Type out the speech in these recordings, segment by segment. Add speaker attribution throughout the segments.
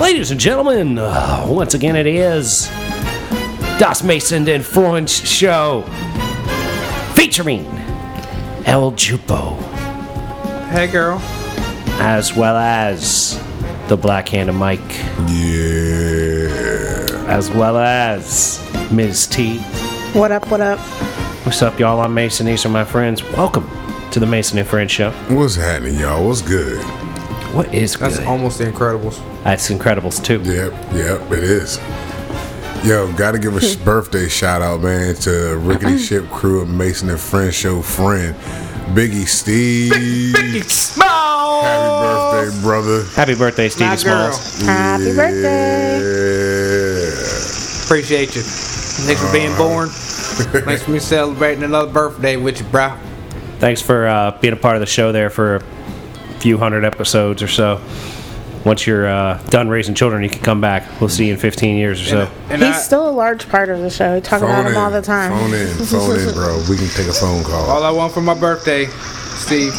Speaker 1: Ladies and gentlemen, uh, once again it is Das Mason and Freund Show featuring El Jupo
Speaker 2: Hey, girl.
Speaker 1: as well as the Black Hand of Mike. As well as Ms. T.
Speaker 3: What up, what up?
Speaker 1: What's up, y'all? I'm Mason. These are my friends. Welcome to the Mason and Friends Show.
Speaker 4: What's happening, y'all? What's good?
Speaker 1: What is
Speaker 2: That's
Speaker 1: good?
Speaker 2: almost the Incredibles.
Speaker 1: That's Incredibles too.
Speaker 4: Yep, yep, it is. Yo, gotta give a sh- birthday shout out, man, to
Speaker 3: Uh-huh.
Speaker 4: Rickety Ship Crew of Mason and Friend Show friend, Biggie Steve. Happy birthday, brother.
Speaker 1: Happy birthday, Stevie
Speaker 2: My girl.
Speaker 1: Smalls.
Speaker 3: Happy birthday.
Speaker 4: Yeah.
Speaker 2: Appreciate you. Thanks for being born. Thanks for me celebrating another birthday with you, bro.
Speaker 1: Thanks for uh, being a part of the show there for a few hundred episodes or so. Once you're uh, done raising children, you can come back. We'll see you in 15 years or so.
Speaker 2: And I,
Speaker 3: He's still a large part of the show. We talk about him all the time.
Speaker 4: Phone in, phone in, bro. We can take a phone call.
Speaker 2: all
Speaker 4: Uh
Speaker 2: I want for my birthday, Steve, you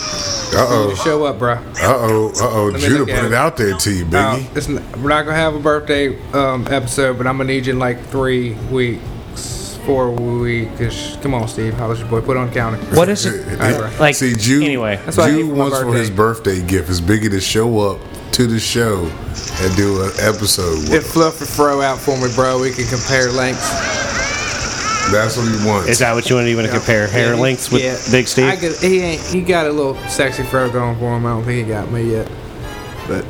Speaker 2: to
Speaker 4: oh,
Speaker 2: show up, bro.
Speaker 4: uh oh, uh oh.
Speaker 2: Let me
Speaker 4: Judah
Speaker 2: look at
Speaker 4: put it
Speaker 2: it.
Speaker 4: out there to you,
Speaker 2: Now,
Speaker 4: Biggie.
Speaker 2: it's n we're not gonna have a birthday um, episode, but I'm gonna need you in like three weeks, four weeks. Come on, Steve. How was your boy? Put it on the counter.
Speaker 1: What is it? Like,
Speaker 4: See, Jude,
Speaker 1: anyway.
Speaker 2: That's what I need
Speaker 4: Jude
Speaker 2: for my
Speaker 4: wants for his birthday gift is Biggie to show up to the show and do an episode with
Speaker 2: If
Speaker 4: him.
Speaker 2: Fluff and Fro out for me, bro, we can compare lengths.
Speaker 4: That's what he wants.
Speaker 1: Is that what you want to even compare hair
Speaker 2: Yeah, he-
Speaker 1: lengths with
Speaker 2: yeah.
Speaker 1: Big
Speaker 2: I
Speaker 1: Steve?
Speaker 2: could, he ain't. He got a little sexy fro going for him. I don't think he got me yet.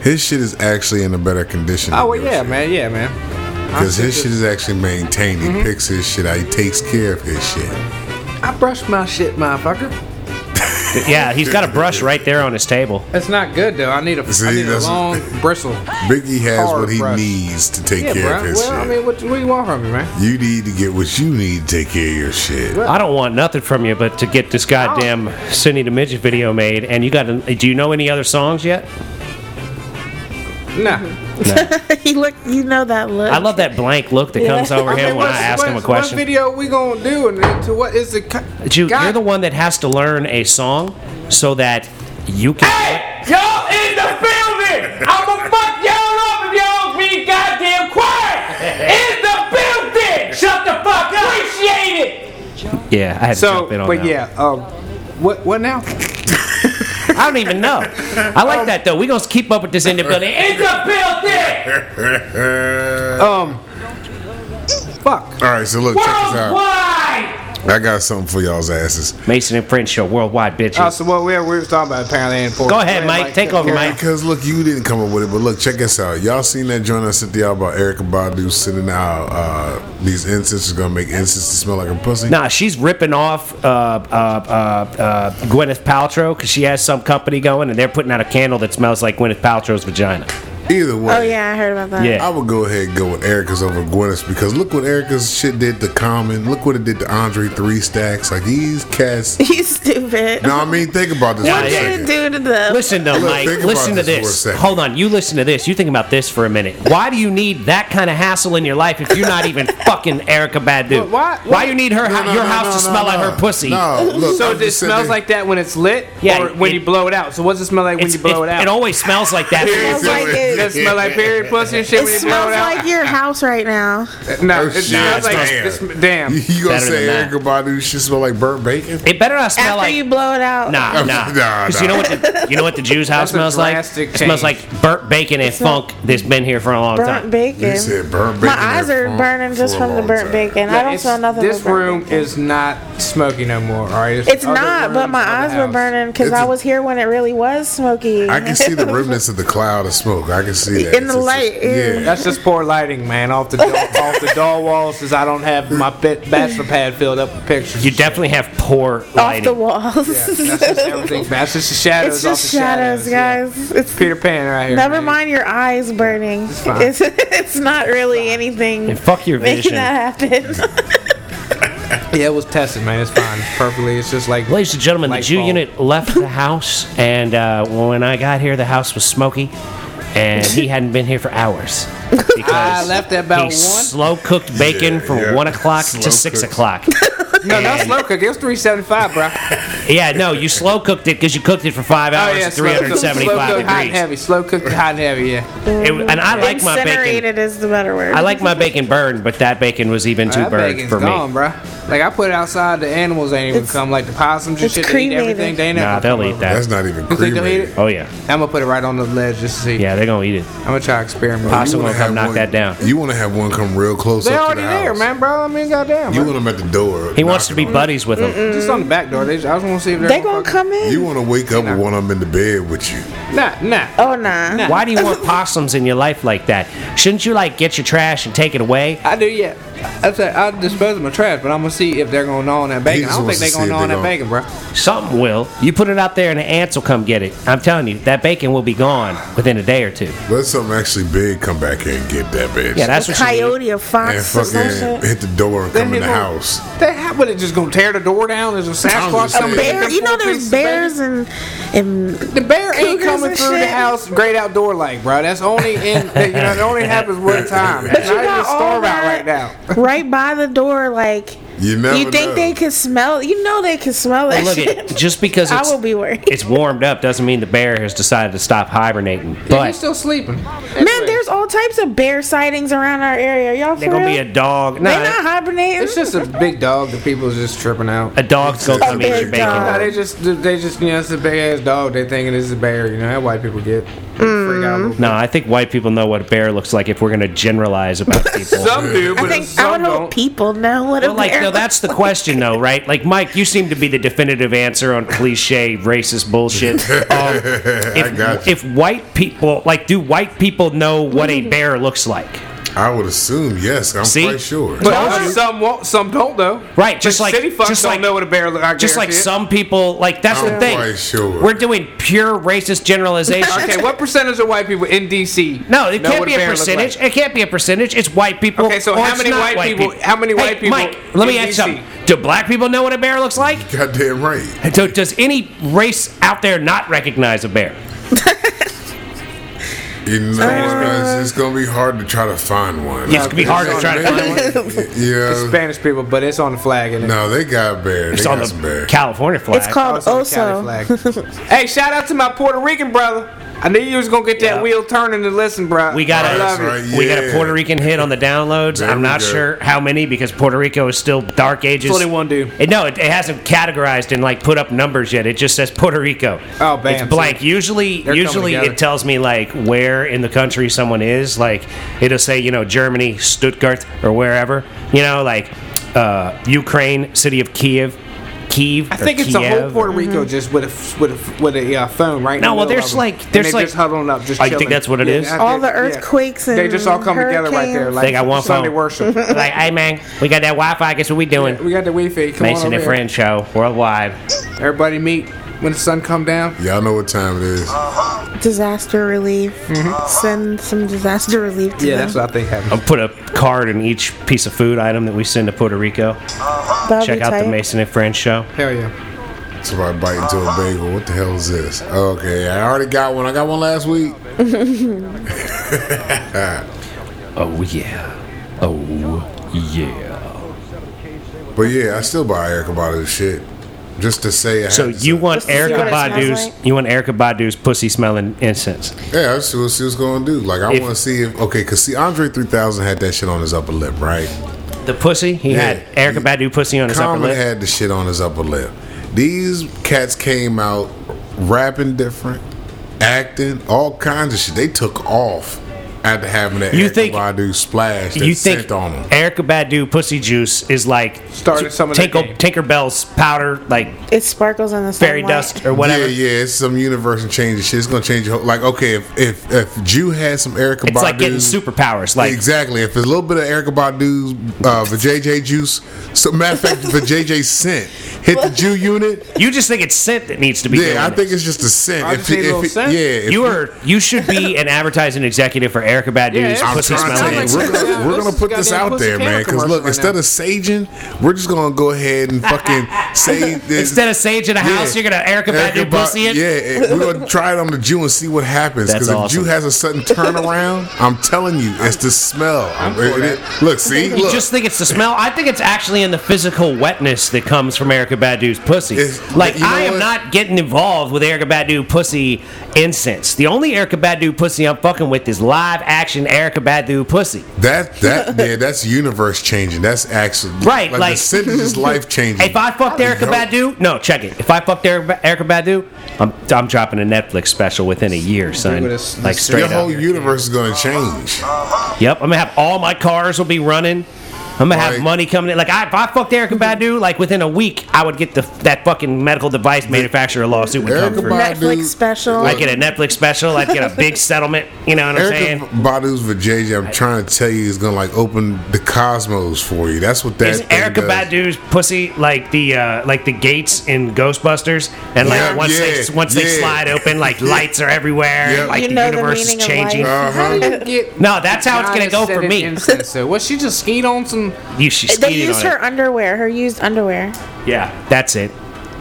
Speaker 4: His shit is actually in a better condition.
Speaker 2: Oh well, yeah, man. Yeah, man.
Speaker 4: Because his shit is actually maintained.
Speaker 2: Mm-hmm.
Speaker 4: He picks his shit out. He takes care of his shit.
Speaker 2: I brush my shit, motherfucker.
Speaker 1: yeah, he's got a brush right there on his table.
Speaker 2: That's not good though. I need a, I
Speaker 4: See,
Speaker 2: need a
Speaker 4: that's-
Speaker 2: long bristle.
Speaker 4: Biggie has
Speaker 2: Hard
Speaker 4: what he
Speaker 2: brush.
Speaker 4: needs to take
Speaker 2: Yeah,
Speaker 4: care
Speaker 2: bro.
Speaker 4: of his
Speaker 2: Well, I
Speaker 4: shit.
Speaker 2: mean, what, what do you want from me, man?
Speaker 4: you need to get what you need to take care of your shit.
Speaker 1: I don't want nothing from you but to get this goddamn Cindy the Midget video made. And you got, a, do you know any other songs yet?
Speaker 2: Nah.
Speaker 3: he look, you know that look.
Speaker 1: I love that blank look that comes over
Speaker 2: I
Speaker 1: him
Speaker 2: mean,
Speaker 1: when I
Speaker 2: what's-
Speaker 1: ask him a
Speaker 2: what's
Speaker 1: question.
Speaker 2: What video we gonna do, and then to what is the? Co-
Speaker 1: Jude,
Speaker 2: God-
Speaker 1: you're the one that has to learn a song so that you can.
Speaker 5: Y'all in the building! I'ma fuck y'all up if y'all be goddamn quiet! In the building! Shut the fuck up! Appreciate it!
Speaker 1: Yeah, I had to
Speaker 2: So,
Speaker 1: jump in on
Speaker 2: but
Speaker 1: that.
Speaker 2: yeah. Um, what what now?
Speaker 1: I don't even know. I like that though. We're gonna keep up with this in the building.
Speaker 5: In the building!
Speaker 2: Um, fuck.
Speaker 4: All right, so look, check this out.
Speaker 5: Worldwide!
Speaker 4: I got something for y'all's asses.
Speaker 1: Mason and French show worldwide bitches.
Speaker 2: Uh, so what we we were talking about apparently in
Speaker 1: Go ahead, Mike. Take over, Mike.
Speaker 4: Because look, you didn't come up with it, but look, check this out. Y'all seen that joint I sent to y'all about Erica Badu sending out uh, these incenses gonna make incense to smell like a pussy?
Speaker 1: Nah, she's ripping off uh, uh, uh, uh, Gwyneth Paltrow because she has some company going, and they're putting out a candle that smells like Gwyneth Paltrow's vagina.
Speaker 4: Either way,
Speaker 3: Oh, yeah, I heard about that.
Speaker 1: Yeah.
Speaker 4: I would go ahead and go with Erica's over Gwyneth's because look what Erica's shit did to Common. Look what it did to Andre Three Stacks. Like these cats.
Speaker 3: You stupid.
Speaker 4: no, I mean think about this.
Speaker 3: what
Speaker 4: for a
Speaker 3: did it
Speaker 4: second.
Speaker 3: do to them?
Speaker 1: Listen though,
Speaker 4: Look,
Speaker 1: Mike.
Speaker 4: think about
Speaker 1: Listen to
Speaker 4: this for a
Speaker 1: this.
Speaker 4: second.
Speaker 1: Hold on. You listen to this. You think about this for a minute. Why do you need that kind of hassle in your life if you're not even fucking Erica Badu?
Speaker 2: What- what?
Speaker 1: Why you need her
Speaker 4: No, no,
Speaker 1: your
Speaker 4: no,
Speaker 1: house
Speaker 4: no,
Speaker 1: to
Speaker 4: no,
Speaker 1: smell like
Speaker 4: no.
Speaker 1: her pussy?
Speaker 4: No, look,
Speaker 2: So
Speaker 4: I'm
Speaker 2: it just
Speaker 4: just sitting
Speaker 2: smells
Speaker 4: there-
Speaker 2: like that when it's lit,
Speaker 1: Yeah,
Speaker 2: or when
Speaker 1: it-
Speaker 2: you blow it out. So what does it smell like when
Speaker 1: It's-
Speaker 2: you blow it out?
Speaker 1: It always smells like that.
Speaker 3: It smells like it.
Speaker 2: Does it smell like period pussy and shit
Speaker 3: It
Speaker 2: when you blow
Speaker 3: smells
Speaker 2: it out?
Speaker 3: like your house right now.
Speaker 2: no,
Speaker 4: Oh,
Speaker 2: it
Speaker 4: shit.
Speaker 2: smells like
Speaker 4: Damn.
Speaker 2: it's- damn.
Speaker 4: You, you gonna
Speaker 1: Better
Speaker 4: say
Speaker 1: than that.
Speaker 4: Erica Badu shit smell like burnt bacon?
Speaker 1: It better not smell
Speaker 3: After
Speaker 1: like.
Speaker 3: you blow it out.
Speaker 1: Nah, nah.
Speaker 4: Nah,
Speaker 1: 'Cause
Speaker 4: nah.
Speaker 1: you know what? The, you know what the Jews' house
Speaker 2: That's a
Speaker 1: smells like?
Speaker 2: drastic
Speaker 1: It smells
Speaker 2: change.
Speaker 1: like burnt bacon and
Speaker 3: not
Speaker 1: funk that's been here for a long
Speaker 3: Burnt
Speaker 1: time.
Speaker 4: You
Speaker 3: bacon.
Speaker 4: said burnt bacon.
Speaker 3: My eyes are
Speaker 4: for-
Speaker 3: burning just
Speaker 4: for a
Speaker 3: from the
Speaker 4: long
Speaker 3: burnt
Speaker 4: time.
Speaker 3: bacon. I don't
Speaker 2: It's-
Speaker 3: smell nothing.
Speaker 2: This
Speaker 3: but burnt
Speaker 2: room
Speaker 3: bacon.
Speaker 2: is not smoky no more. All right,
Speaker 3: It's not, but my eyes were burning because
Speaker 4: It's
Speaker 3: I
Speaker 4: a-
Speaker 3: was here when it really was smoky.
Speaker 4: I can see the remnants of the cloud of smoke. I can see that
Speaker 3: In the light, yeah.
Speaker 4: yeah.
Speaker 2: That's just poor lighting, man. Off the door, off the door walls, since I don't have my bit, bachelor pad filled up with pictures.
Speaker 1: You definitely have poor
Speaker 3: off
Speaker 1: lighting.
Speaker 3: the walls.
Speaker 2: That's just everything. man. That's just the shadows.
Speaker 3: it's
Speaker 2: off
Speaker 3: just
Speaker 2: the
Speaker 3: shadows,
Speaker 2: yeah.
Speaker 3: guys. It's
Speaker 2: Peter Pan right here.
Speaker 3: Never
Speaker 2: man.
Speaker 3: mind your eyes burning. It's
Speaker 2: fine.
Speaker 3: It's, not really anything.
Speaker 1: And fuck your
Speaker 3: making
Speaker 1: vision.
Speaker 3: that happen.
Speaker 2: Yeah, it was tested, man. It's fine. It's perfectly. It's just like.
Speaker 1: Ladies and gentlemen,
Speaker 2: Light
Speaker 1: the Jew
Speaker 2: bulb.
Speaker 1: unit left the house, and uh, when I got here, the house was smoky, and he hadn't been here for hours. Because
Speaker 2: I left at about
Speaker 1: he
Speaker 2: one.
Speaker 1: slow cooked bacon
Speaker 4: Yeah,
Speaker 1: from
Speaker 4: yeah.
Speaker 1: one o'clock to
Speaker 4: Slow
Speaker 1: six
Speaker 4: cooked.
Speaker 1: o'clock.
Speaker 2: No, not slow cook. It was 375, bro.
Speaker 1: Yeah, no, you slow cooked it because you cooked it for five hours at
Speaker 2: slow cook- slow
Speaker 1: 375
Speaker 2: cook, Oh, hot and
Speaker 1: degrees.
Speaker 2: heavy. Slow cooked, hot and heavy. Yeah.
Speaker 1: It- and I like my bacon.
Speaker 3: Incinerated is the better word.
Speaker 1: I like my bacon burned, but that bacon was even too
Speaker 2: that
Speaker 1: burned
Speaker 2: bacon's
Speaker 1: for
Speaker 2: gone,
Speaker 1: me.
Speaker 2: bro. Like I put it outside, the animals ain't even
Speaker 3: It's-
Speaker 2: come. Like the possums and
Speaker 3: it's
Speaker 2: shit, they eat
Speaker 3: cremated.
Speaker 2: everything. They ain't
Speaker 1: Nah,
Speaker 2: never
Speaker 1: they'll
Speaker 2: come
Speaker 1: eat
Speaker 2: over.
Speaker 1: that.
Speaker 4: That's not even
Speaker 2: You think they'll eat
Speaker 4: cremated.
Speaker 2: it?
Speaker 1: Oh yeah,
Speaker 2: I'm gonna put it right on the ledge just to see.
Speaker 1: yeah, they're gonna eat it.
Speaker 2: I'm gonna try to experiment.
Speaker 1: Possum
Speaker 4: You wanna
Speaker 1: gonna come
Speaker 4: have
Speaker 1: knock
Speaker 4: one-
Speaker 1: that down.
Speaker 4: You want to have one come real close
Speaker 2: They
Speaker 4: up to
Speaker 2: already
Speaker 4: the
Speaker 2: there,
Speaker 4: house.
Speaker 2: man, bro. I mean, goddamn.
Speaker 4: You
Speaker 2: bro.
Speaker 4: want them at the door.
Speaker 1: He wants to be
Speaker 4: knocking
Speaker 1: buddies with him.
Speaker 2: Just on the back door. They just, I just want to see if they're
Speaker 3: They gonna come
Speaker 4: on-
Speaker 3: in?
Speaker 4: You want to wake up with one of them in the bed with you.
Speaker 2: Nah, nah.
Speaker 3: oh nah.
Speaker 2: Nah.
Speaker 1: Why do you want possums in your life like that? Shouldn't you like get your trash and take it away?
Speaker 2: I do, yeah. I said I dispose of my trash, but I'm gonna see if they're gonna gnaw on that bacon. I
Speaker 4: just
Speaker 2: don't think
Speaker 4: wants to
Speaker 2: they're
Speaker 4: see
Speaker 2: gonna
Speaker 4: if
Speaker 2: gnaw
Speaker 4: they
Speaker 2: on that bacon,
Speaker 4: gonna-
Speaker 2: bro.
Speaker 1: Something will. You put it out there and the ants will come get it. I'm telling you, that bacon will be gone within a day or two.
Speaker 4: Let something actually big come back here and get that bitch.
Speaker 1: Yeah, that's
Speaker 3: a
Speaker 1: what you need.
Speaker 3: coyote, a
Speaker 4: and
Speaker 3: fox, or some
Speaker 4: fucking
Speaker 3: shit.
Speaker 4: hit the door and
Speaker 2: Then
Speaker 4: come
Speaker 2: they
Speaker 4: in the
Speaker 2: gonna-
Speaker 4: house.
Speaker 2: They have, but it just gonna tear the door down. There's a Sasquatch
Speaker 4: just
Speaker 2: coming.
Speaker 4: saying.
Speaker 2: in
Speaker 3: Bear,
Speaker 2: with
Speaker 3: you know
Speaker 2: four
Speaker 3: there's
Speaker 2: pieces of bacon.
Speaker 3: bears and and
Speaker 2: The bear ain't
Speaker 3: cougars
Speaker 2: coming
Speaker 3: and
Speaker 2: through the
Speaker 3: shit.
Speaker 2: house great outdoor like, bro. That's only in that, you know that only happens one time.
Speaker 3: But you
Speaker 2: And I
Speaker 3: got
Speaker 2: just
Speaker 3: all
Speaker 2: starve out right
Speaker 3: that
Speaker 2: now.
Speaker 3: right by the door, like
Speaker 4: You never
Speaker 3: you think
Speaker 4: know.
Speaker 3: they can smell? You know they can smell that
Speaker 1: Well, look,
Speaker 3: shit.
Speaker 1: it, just because
Speaker 3: I
Speaker 1: it's,
Speaker 3: will be worried.
Speaker 1: it's warmed up doesn't mean the bear has decided to stop hibernating.
Speaker 2: you
Speaker 1: But
Speaker 2: still sleeping?
Speaker 3: Man, there's all types of bear sightings around our area. Y'all for
Speaker 1: they're gonna
Speaker 3: real?
Speaker 1: be a dog.
Speaker 3: they
Speaker 1: No,
Speaker 3: not hibernating.
Speaker 2: It's just a big dog that people is just tripping out.
Speaker 1: a dog's gonna
Speaker 4: It's
Speaker 1: come
Speaker 4: a
Speaker 1: eat your
Speaker 4: big
Speaker 2: No,
Speaker 1: bacon.
Speaker 3: dog.
Speaker 2: they just they just you know it's a big ass dog. They thinking it's a bear. You know how white people get freak out. a little bit.
Speaker 1: No, I think white people know what a bear looks like if we're gonna generalize about people.
Speaker 2: Hmm. Some do, but
Speaker 3: I think
Speaker 2: some
Speaker 3: I would hope
Speaker 2: don't.
Speaker 3: people know what a
Speaker 1: Well, like,
Speaker 3: bear.
Speaker 1: no, that's the question, though, right? Like, Mike, you seem to be the definitive answer on cliche racist bullshit. Um, if,
Speaker 4: I got you.
Speaker 1: if white people, like, do white people know what a bear looks like?
Speaker 4: I would assume yes. I'm
Speaker 1: See?
Speaker 4: quite sure.
Speaker 2: But some won't, some don't though.
Speaker 1: Right, just like-
Speaker 2: city fucks
Speaker 1: just
Speaker 2: don't
Speaker 1: like-
Speaker 2: know what a bear look. I
Speaker 1: Just like
Speaker 2: guarantee it.
Speaker 1: some people, like, that's the
Speaker 4: I'm
Speaker 1: thing.
Speaker 4: quite sure.
Speaker 1: We're doing pure racist generalization.
Speaker 2: Okay, what percentage of white people in DC?
Speaker 1: No, it
Speaker 2: know
Speaker 1: can't
Speaker 2: what
Speaker 1: be a
Speaker 2: bear look like?
Speaker 1: percentage. It can't be a percentage. It's white people.
Speaker 2: Okay, so
Speaker 1: or
Speaker 2: how
Speaker 1: it's
Speaker 2: many
Speaker 1: not
Speaker 2: white people- how many
Speaker 1: Hey,
Speaker 2: white people
Speaker 1: Mike, let me
Speaker 2: in
Speaker 1: ask you
Speaker 2: DC?
Speaker 1: something. Do black people know what a bear looks like?
Speaker 4: Goddamn right.
Speaker 1: So does any race out there not recognize a bear?
Speaker 4: You know, it's- it's gonna be hard to try to find one.
Speaker 1: Yeah, it's gonna be hard to try to find one.
Speaker 4: Yeah.
Speaker 2: Spanish people, but it's on the flag. And
Speaker 4: Uh, No, they got bear. They
Speaker 1: It's
Speaker 4: got
Speaker 1: on
Speaker 4: some
Speaker 1: the
Speaker 4: bear.
Speaker 1: California flag.
Speaker 3: it's called
Speaker 2: Oh, it's on
Speaker 3: Oso.
Speaker 2: the county flag. hey, shout out to my Puerto Rican brother. I knew you was gonna get that
Speaker 1: Yeah.
Speaker 2: wheel turning to listen, bro.
Speaker 1: We got
Speaker 2: I
Speaker 1: a
Speaker 2: love
Speaker 4: That's right.
Speaker 2: you.
Speaker 1: we got a
Speaker 4: yeah.
Speaker 1: Puerto Rican hit on the downloads.
Speaker 4: There
Speaker 1: I'm
Speaker 4: we
Speaker 1: not
Speaker 4: go.
Speaker 1: sure how many because Puerto Rico is still dark ages.
Speaker 2: 21 do.
Speaker 1: And no, it, it hasn't categorized and like put up numbers yet. It just says Puerto Rico.
Speaker 2: Oh, bam,
Speaker 1: It's blank. Usually,
Speaker 2: They're coming
Speaker 1: usually
Speaker 2: together.
Speaker 1: it tells me like where in the country someone is. Like it'll say you know Germany, Stuttgart, or wherever. You know like uh, Ukraine, city of Kiev, Kiev. Mm-hmm.
Speaker 2: I think it's a whole Puerto Rico just with a f- with a f- with a uh, phone right.
Speaker 1: No,
Speaker 2: in
Speaker 1: well,
Speaker 2: the middle
Speaker 1: there's
Speaker 2: of 'em.
Speaker 1: like-
Speaker 2: And
Speaker 1: there's
Speaker 2: they
Speaker 1: like-
Speaker 2: just huddling up, just.
Speaker 1: Oh, you think
Speaker 2: chilling.
Speaker 1: that's what it is?
Speaker 2: I
Speaker 3: All
Speaker 2: think-
Speaker 3: the
Speaker 2: yeah.
Speaker 3: earthquakes
Speaker 2: They just all
Speaker 3: and
Speaker 2: come together right there.
Speaker 3: hurricanes.
Speaker 2: Like
Speaker 1: They got one
Speaker 2: Sunday
Speaker 1: phone.
Speaker 2: worship.
Speaker 1: like hey man, we got that Wi-Fi. Guess what we doing?
Speaker 2: we got the Wi-Fi. Come
Speaker 1: Mason
Speaker 2: on
Speaker 1: and
Speaker 2: over here.
Speaker 1: Friend show worldwide.
Speaker 2: Everybody meet when the sun come down.
Speaker 4: Y'all know what time it is.
Speaker 3: Disaster relief. Send some disaster relief to
Speaker 2: Mm-hmm. Yeah,
Speaker 3: them.
Speaker 2: that's what I think happened.
Speaker 1: I'll put a card in each piece of food item that we send to Puerto Rico.
Speaker 3: That'd
Speaker 1: Check
Speaker 3: be
Speaker 1: out the
Speaker 3: tight.
Speaker 1: Mason and Friends show.
Speaker 2: Hell yeah.
Speaker 4: Somebody bite into a bagel. What the hell is this? Okay, I already got one. I got one last week.
Speaker 1: Oh yeah. Oh yeah.
Speaker 4: But yeah, I still buy Erica Badu's shit. Just to say I
Speaker 1: So
Speaker 4: had to
Speaker 1: you
Speaker 4: say-
Speaker 1: want
Speaker 3: Just to see
Speaker 1: Erica
Speaker 3: what it smells
Speaker 1: Badu's?
Speaker 3: like.
Speaker 1: You want Erica Badu's pussy smelling incense?
Speaker 4: Yeah, that's what she was gonna do. Like I
Speaker 1: If-
Speaker 4: wanna see if okay, cause see Andre three thousand had that shit on his upper lip, right?
Speaker 1: The pussy he had
Speaker 4: Yeah.
Speaker 1: Erica Badu pussy on his upper
Speaker 4: Common
Speaker 1: lip.
Speaker 4: had the shit on his upper lip. These cats came out rapping different, acting, all kinds of shit. They took off after having that
Speaker 1: You
Speaker 4: Erykah
Speaker 1: think-
Speaker 4: Badu splash that
Speaker 1: you think
Speaker 4: sent on them.
Speaker 1: Erica Badu pussy juice is like
Speaker 2: Started some of that
Speaker 1: Tinker,
Speaker 2: game.
Speaker 1: Tinkerbell's powder, like
Speaker 3: It sparkles on the
Speaker 1: fairy
Speaker 3: sunlight. Uh,
Speaker 1: dust or whatever?
Speaker 4: Yeah, yeah, it's some universe and change shit. It's gonna change your whole like okay, if if if Jew had some Erica
Speaker 1: It's
Speaker 4: Badu
Speaker 1: like getting superpowers. Like
Speaker 4: exactly. If there's a little bit of Erica Badu's uh JJ juice, so matter of fact the JJ scent hit the Jew unit.
Speaker 1: you just think it's scent that needs to be. doing
Speaker 4: Yeah, I
Speaker 1: it.
Speaker 4: think it's just a scent.
Speaker 2: I
Speaker 4: If
Speaker 2: just
Speaker 4: it-
Speaker 2: need a
Speaker 4: if
Speaker 2: little
Speaker 4: it-
Speaker 2: scent.
Speaker 4: yeah, if
Speaker 1: You are you should be an advertising executive for Erica Badu's
Speaker 2: Yeah,
Speaker 4: I'm
Speaker 1: pussy
Speaker 4: trying to tell
Speaker 1: smelling.
Speaker 4: you,
Speaker 1: Like,
Speaker 2: It's
Speaker 4: we're
Speaker 2: goddamn-
Speaker 4: gonna, we're gonna
Speaker 2: this
Speaker 4: put this
Speaker 2: goddamn
Speaker 4: out there,
Speaker 2: Pussycat
Speaker 4: man. Because
Speaker 2: commercial
Speaker 4: look,
Speaker 2: right
Speaker 4: instead
Speaker 2: now.
Speaker 4: of saging, we're just gonna go ahead and fucking sage. this.
Speaker 1: Instead of sage in a house, you're gonna Erica Badu
Speaker 4: Ba-
Speaker 1: pussy it.
Speaker 4: Yeah, eh, we're gonna try it on the Jew and see what happens.
Speaker 1: That's
Speaker 4: Because if
Speaker 1: awesome.
Speaker 4: Jew has a sudden turnaround, I'm telling you, it's the smell.
Speaker 2: for
Speaker 4: It- it- look, see,
Speaker 1: You
Speaker 4: look,
Speaker 1: just think it's the smell. I think it's actually in the physical wetness that comes from Erica Badu's pussy.
Speaker 4: It's-
Speaker 1: like
Speaker 4: you know
Speaker 1: I am
Speaker 4: what?
Speaker 1: not getting involved with Erica Badu pussy incense. The only Erica Badu pussy I'm fucking with is live action Erica Badu pussy.
Speaker 4: that that yeah, that's universe changing. That's actually
Speaker 1: Right,
Speaker 4: Like,
Speaker 1: like-
Speaker 4: the sentence is life changing.
Speaker 1: If I fucked Erica Badu, no, check it. If I fucked Erica, Erica Badu, I'm I'm dropping a Netflix special within a year, son.
Speaker 2: Dude, this-
Speaker 1: like
Speaker 2: this-
Speaker 1: straight
Speaker 4: your whole
Speaker 1: up.
Speaker 4: universe is gonna change.
Speaker 1: Yep, I'm gonna have all my cars will be running. I'm gonna have
Speaker 4: Like-
Speaker 1: money coming in. Like I, if I fucked Erica Badu, like within a week, I would get the that fucking medical device manufacturer lawsuit would come
Speaker 4: Erica
Speaker 1: through.
Speaker 4: Badu,
Speaker 3: Netflix special.
Speaker 1: I'd get a Netflix special. I'd get a big settlement. You know what I'm
Speaker 4: Erica
Speaker 1: saying?
Speaker 4: Badu's vajayjay, I'm trying to tell you, is gonna like open the cosmos for you. That's what that
Speaker 1: Is
Speaker 4: thing
Speaker 1: Erica
Speaker 4: does.
Speaker 1: Badu's pussy like the uh, like the gates in Ghostbusters? And like
Speaker 4: Yeah,
Speaker 1: once they
Speaker 4: yeah,
Speaker 1: once they
Speaker 4: yeah.
Speaker 1: slide open, like lights are everywhere.
Speaker 4: Yeah.
Speaker 1: and, like
Speaker 3: You
Speaker 1: the
Speaker 3: know the
Speaker 1: universe
Speaker 3: meaning
Speaker 1: is
Speaker 3: of
Speaker 1: changing.
Speaker 3: life.
Speaker 4: Uh-huh.
Speaker 1: No, that's how it's gonna go for me.
Speaker 2: So what? She just skied on some.
Speaker 1: You she
Speaker 3: They
Speaker 1: skeeted
Speaker 3: used
Speaker 1: on it.
Speaker 3: her underwear, her used underwear.
Speaker 1: Yeah, that's it.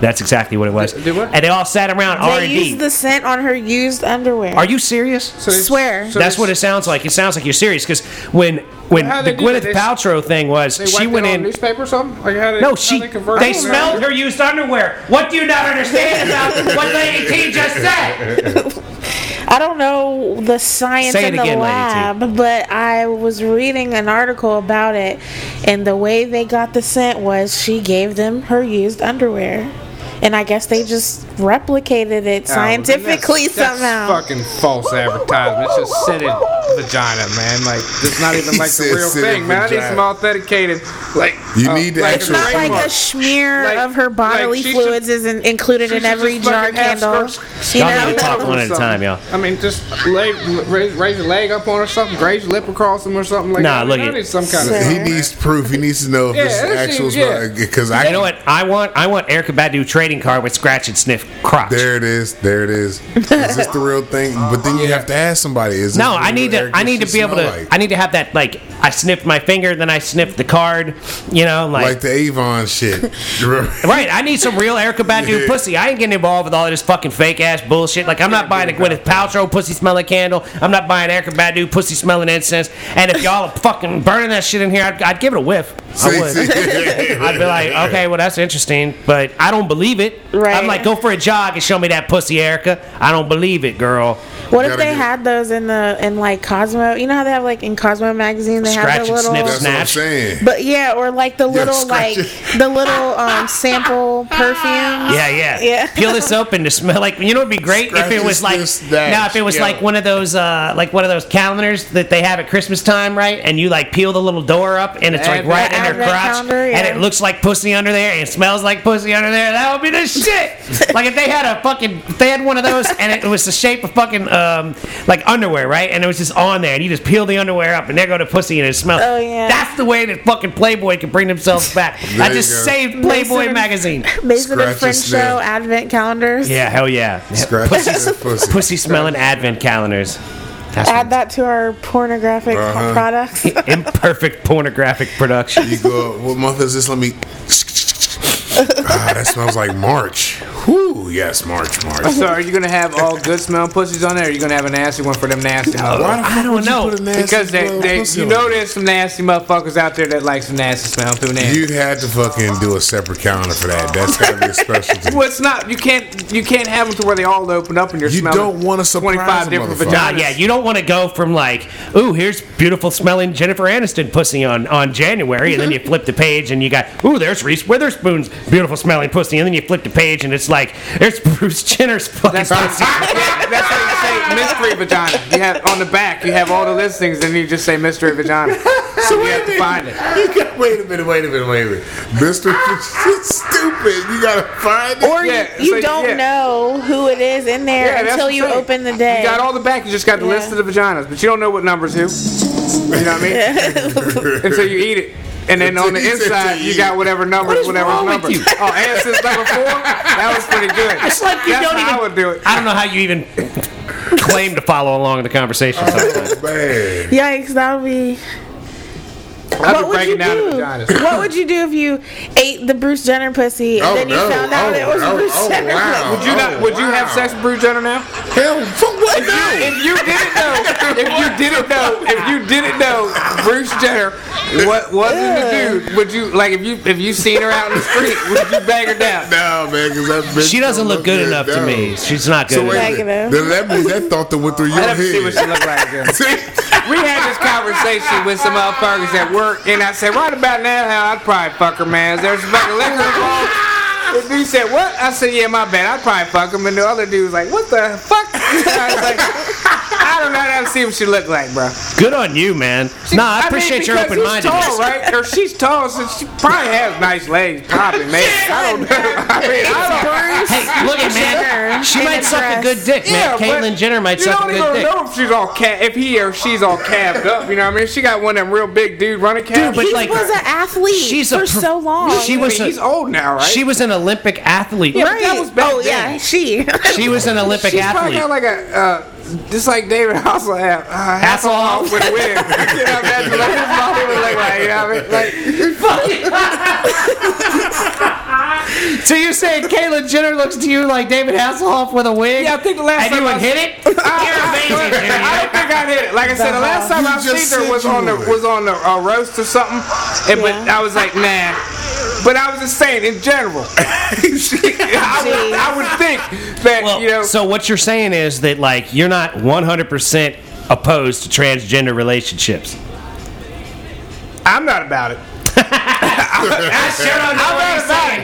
Speaker 1: That's exactly what it was.
Speaker 2: Did- did what?
Speaker 1: And they all sat around R
Speaker 3: They
Speaker 1: and
Speaker 3: used
Speaker 1: D.
Speaker 3: the scent on her used underwear.
Speaker 1: Are you serious?
Speaker 2: So it's-
Speaker 3: Swear.
Speaker 2: so
Speaker 1: That's
Speaker 2: it's-
Speaker 1: what it sounds like. It sounds like you're serious because when when
Speaker 2: Well, how'd
Speaker 1: the
Speaker 2: they do
Speaker 1: Gwyneth
Speaker 2: that? They s-
Speaker 1: Paltrow thing was,
Speaker 2: They
Speaker 1: she
Speaker 2: wiped
Speaker 1: went
Speaker 2: it on
Speaker 1: in.
Speaker 2: newspaper or something. Like how did,
Speaker 1: No, she.
Speaker 2: How convert
Speaker 1: They
Speaker 2: it?
Speaker 1: smelled her used underwear. What do you not understand about what Lady T just said?
Speaker 3: I don't know the science
Speaker 1: Say it
Speaker 3: in the
Speaker 1: again, Lady T.
Speaker 3: lab, but I was reading an article about it, and the way they got the scent was she gave them her used underwear. And I guess they just replicated it
Speaker 2: Oh, man,
Speaker 3: scientifically
Speaker 2: that's, that's
Speaker 3: somehow.
Speaker 2: fucking false advertisement. It's just scented vagina, man. Like it's not even
Speaker 4: He
Speaker 2: like the
Speaker 4: said
Speaker 2: real
Speaker 4: scented
Speaker 2: thing, man. I need
Speaker 4: vagina.
Speaker 2: some authenticated. Like
Speaker 4: You need the
Speaker 2: like
Speaker 4: actual
Speaker 3: It's not Uh, like a
Speaker 2: trademark.
Speaker 3: smear
Speaker 2: Like-
Speaker 3: of her bodily
Speaker 2: like she
Speaker 3: fluids
Speaker 2: should-
Speaker 3: isn't included
Speaker 2: she
Speaker 3: in
Speaker 2: should
Speaker 3: every
Speaker 2: just
Speaker 3: jar
Speaker 2: fucking have
Speaker 3: candle.
Speaker 2: skirts.
Speaker 3: You
Speaker 1: Y'all need to
Speaker 3: know?
Speaker 1: talk one at a time, y'all.
Speaker 2: I mean, just lay, raise, raise your leg up on her or something, graze your lip across him or something like
Speaker 1: Nah,
Speaker 2: that.
Speaker 1: look
Speaker 2: I
Speaker 1: at-
Speaker 2: need some kind
Speaker 3: Yeah.
Speaker 2: of.
Speaker 4: He needs proof. He needs to know if
Speaker 2: Yeah,
Speaker 4: it's
Speaker 2: that
Speaker 4: actual
Speaker 2: seems- yeah.
Speaker 4: Because I
Speaker 1: You know what? I want I want Erica Badu trading card with scratch and sniff crotch.
Speaker 4: There it is. There it is. Is this the real thing? But then you have to ask somebody. Is this
Speaker 1: No,
Speaker 4: really
Speaker 1: I need
Speaker 4: what
Speaker 1: to.
Speaker 4: Erica
Speaker 1: I need to
Speaker 4: should
Speaker 1: be able
Speaker 4: smell
Speaker 1: to.
Speaker 4: Like,
Speaker 1: I need to have that. Like I sniffed my finger, then I sniffed the card. You know,
Speaker 4: like the Avon shit.
Speaker 1: Right, I need some real Erica Badu pussy. I ain't getting involved with all this fucking fake ass bullshit. Like, I'm not buying a Gwyneth Paltrow pussy smelling candle. I'm not buying Erica Badu pussy smelling incense. And if y'all are fucking burning that shit in here, I'd, I'd give it a whiff. I would. I'd be like, okay, well, that's interesting, but I don't believe it.
Speaker 3: Right.
Speaker 1: I'm like, go for a jog and show me that pussy, Erica. I don't believe it, girl.
Speaker 3: What if
Speaker 4: Gotta
Speaker 3: they
Speaker 4: do-
Speaker 3: had those in the in like Cosmo? You know how they have like in Cosmo magazine they
Speaker 1: Scratch
Speaker 3: have the
Speaker 1: and
Speaker 3: little
Speaker 1: sniff,
Speaker 4: That's what I'm
Speaker 1: Snatch.
Speaker 4: saying.
Speaker 3: But yeah, or like the little
Speaker 4: scratch
Speaker 3: like
Speaker 4: it.
Speaker 3: the little um sample perfumes.
Speaker 1: Yeah, yeah.
Speaker 3: Yeah.
Speaker 1: Peel this open to smell like you know it'd be great
Speaker 4: Scratch
Speaker 1: if it was
Speaker 4: this,
Speaker 1: like
Speaker 4: this, that.
Speaker 1: now if it was
Speaker 4: Yeah.
Speaker 1: like one of those uh like one of those calendars that they have at Christmas time, right? And you like peel the little door up and it's like
Speaker 2: Advent-
Speaker 1: right in their
Speaker 3: Advent
Speaker 1: crotch
Speaker 3: calendar,
Speaker 1: and
Speaker 3: yeah.
Speaker 1: it looks like pussy under there and it smells like pussy under there. That would be the shit. like if they had a fucking if they had one of those and it was the shape of fucking um like underwear, right? And it was just on there and you just peel the underwear up and there go the pussy and it smells.
Speaker 3: Oh, yeah.
Speaker 1: That's the way that fucking Playboy could bring themselves back. I
Speaker 4: There you
Speaker 1: just
Speaker 4: go.
Speaker 1: saved Playboy
Speaker 3: Mason-
Speaker 1: magazine.
Speaker 3: Mason
Speaker 4: Scratch
Speaker 3: and
Speaker 4: and
Speaker 3: French
Speaker 4: sniff.
Speaker 3: show advent calendars.
Speaker 1: Yeah, hell yeah.
Speaker 4: Scratch that pussy.
Speaker 1: Pussy smelling advent calendars. That's
Speaker 3: Add that to our pornographic
Speaker 4: Uh-huh.
Speaker 3: products.
Speaker 1: what- imperfect pornographic production.
Speaker 4: You go. What month is this? Let me. Ah, that smells like March. Whew, yes, March, March.
Speaker 2: So are you gonna have all good smelling pussies on there? Or are you gonna have a nasty one for them nasty? motherfuckers?
Speaker 4: Why the
Speaker 1: I
Speaker 4: fuck
Speaker 1: don't
Speaker 4: would you
Speaker 1: know.
Speaker 4: put a nasty
Speaker 2: Because they,
Speaker 4: little
Speaker 2: they
Speaker 4: pussy
Speaker 2: you
Speaker 4: on
Speaker 2: know
Speaker 4: it?
Speaker 2: there's some nasty motherfuckers out there that like some nasty smell through nasty.
Speaker 4: You'd have to fucking do a separate calendar for that. That's gotta be a specialty.
Speaker 2: well, it's not. You can't. You can't have them to where they all open up and you're
Speaker 4: You
Speaker 2: smelling.
Speaker 4: don't want to surprise
Speaker 2: 25
Speaker 4: a
Speaker 2: different
Speaker 4: motherfucker.
Speaker 1: Nah,
Speaker 2: vaginas.
Speaker 1: yeah, you don't want to go from like, ooh, here's beautiful smelling Jennifer Aniston pussy on, on January, and then you flip the page and you got, ooh, there's Reese Witherspoon's beautiful smelling pussy, and then you flip the page and it's like, there's Bruce Jenner's fucking
Speaker 2: That's what
Speaker 1: pussy.
Speaker 2: yeah, that's how you say mystery vagina. You have on the back. You have all the listings, and you just say mystery vagina. So we have to find it.
Speaker 4: You got, wait a minute, wait a minute, wait a minute. Mr. It's stupid. You gotta find it.
Speaker 3: or
Speaker 2: Yeah, so,
Speaker 3: you don't
Speaker 2: yeah.
Speaker 3: know who it is in there
Speaker 2: Yeah, that's
Speaker 3: until
Speaker 2: what
Speaker 3: you
Speaker 2: I'm saying.
Speaker 3: open the day.
Speaker 2: You got all the back. You just got the
Speaker 3: Yeah.
Speaker 2: list of the vaginas, but you don't know what numbers who. You know what I mean? Until you eat it. And then
Speaker 4: Until
Speaker 2: on the
Speaker 4: you- until
Speaker 2: inside,
Speaker 4: you
Speaker 2: you
Speaker 4: eat
Speaker 2: got
Speaker 4: it.
Speaker 2: whatever numbers,
Speaker 1: What is
Speaker 2: whatever
Speaker 1: wrong with
Speaker 2: number.
Speaker 1: you?
Speaker 2: Oh, and since number four, that was pretty good.
Speaker 1: It's like you
Speaker 2: That's
Speaker 1: don't
Speaker 2: how
Speaker 1: even.
Speaker 2: I would do it.
Speaker 1: I don't know how you even claim to follow along in the conversation. sometimes.
Speaker 4: Oh, man.
Speaker 3: Yikes, that would be.
Speaker 2: I'll
Speaker 3: what would you do? What would you do if you ate the Bruce Jenner pussy and
Speaker 4: Oh,
Speaker 3: then you
Speaker 4: no.
Speaker 3: found out
Speaker 4: Oh,
Speaker 3: it was
Speaker 4: oh,
Speaker 3: Bruce
Speaker 4: oh,
Speaker 3: Jenner?
Speaker 4: wow.
Speaker 3: pussy?
Speaker 2: Would you not?
Speaker 4: Oh,
Speaker 2: Would you have
Speaker 4: wow.
Speaker 2: sex with Bruce Jenner now?
Speaker 4: Hell, fuck what?
Speaker 2: If you, if you didn't know, if you didn't know, if you didn't know Bruce Jenner what wasn't the dude, would you like if you if you seen her out in the street, would you bang her down?
Speaker 4: No, man, because that bitch
Speaker 1: She doesn't
Speaker 4: don't
Speaker 1: look good enough to
Speaker 4: no.
Speaker 1: me. She's not good
Speaker 4: So
Speaker 1: enough.
Speaker 4: wait a minute.
Speaker 3: Negative.
Speaker 4: Then that means that thought that went through your
Speaker 2: I have to see what she
Speaker 4: head.
Speaker 2: looked like again.
Speaker 4: See?
Speaker 2: We had this conversation with some motherfuckers at work, and I said, right about now, hell, I'd probably fuck her, man. There's some fucking liquor involved. And he said, what? I said, yeah, my bad. I'd probably fuck him. And the other dude was like, what the fuck? I was like, I don't know. I have to see what she looked like, bro.
Speaker 1: Good on you, man. nah, I, appreciate your open
Speaker 2: minded.
Speaker 1: mindedness.
Speaker 2: tall, right? Or she's tall, so she probably has nice legs, probably, man. I don't know. I mean, I don't
Speaker 1: Hey, look at man.
Speaker 3: Jenner
Speaker 1: She
Speaker 3: in
Speaker 1: might
Speaker 3: a
Speaker 1: suck a
Speaker 3: dress.
Speaker 1: good dick, man.
Speaker 2: but
Speaker 1: Caitlyn Jenner might
Speaker 2: you
Speaker 1: suck a
Speaker 2: don't
Speaker 1: good
Speaker 2: even
Speaker 1: dick.
Speaker 2: know if she's all cat, if he or she's all calved up. You know what I mean? She got one of them real big dude running calves.
Speaker 1: but
Speaker 3: he
Speaker 1: like- uh,
Speaker 3: was an athlete
Speaker 1: She's a
Speaker 3: for
Speaker 1: pro-
Speaker 3: so long.
Speaker 1: She
Speaker 2: I
Speaker 1: was
Speaker 2: mean,
Speaker 1: a-
Speaker 2: he's old now, right?
Speaker 1: She was an Olympic athlete.
Speaker 2: Yeah, but that was back
Speaker 3: oh
Speaker 2: then.
Speaker 3: yeah, she.
Speaker 1: She was an Olympic
Speaker 2: She's probably
Speaker 1: athlete.
Speaker 2: got like a uh, just like David Hasselhoff, uh, Hasselhoff
Speaker 1: Hasselhoff.
Speaker 2: with a wig. You know what I mean? That's what he would look like. You know what I mean? Like,
Speaker 1: so you're saying Caitlyn Jenner looks to you like David Hasselhoff with a wig?
Speaker 2: yeah, I think the last
Speaker 1: and
Speaker 2: time
Speaker 1: you
Speaker 2: I Ah,
Speaker 1: would hit it? You're amazing, Jenner.
Speaker 2: I don't think I hit it. Like I said, the last time
Speaker 4: You
Speaker 2: I
Speaker 4: just
Speaker 2: seen her
Speaker 4: said
Speaker 2: was
Speaker 4: you
Speaker 2: on the
Speaker 4: would.
Speaker 2: was on the uh, roast or something, and but
Speaker 3: Yeah.
Speaker 2: I was like, nah. But I was just saying in general. I, would, I would think that
Speaker 1: Well,
Speaker 2: ah, you know.
Speaker 1: so what you're saying is that like you're not 100% opposed to transgender relationships.
Speaker 2: I'm not about it.
Speaker 1: I sure don't know
Speaker 2: what he's
Speaker 1: about it.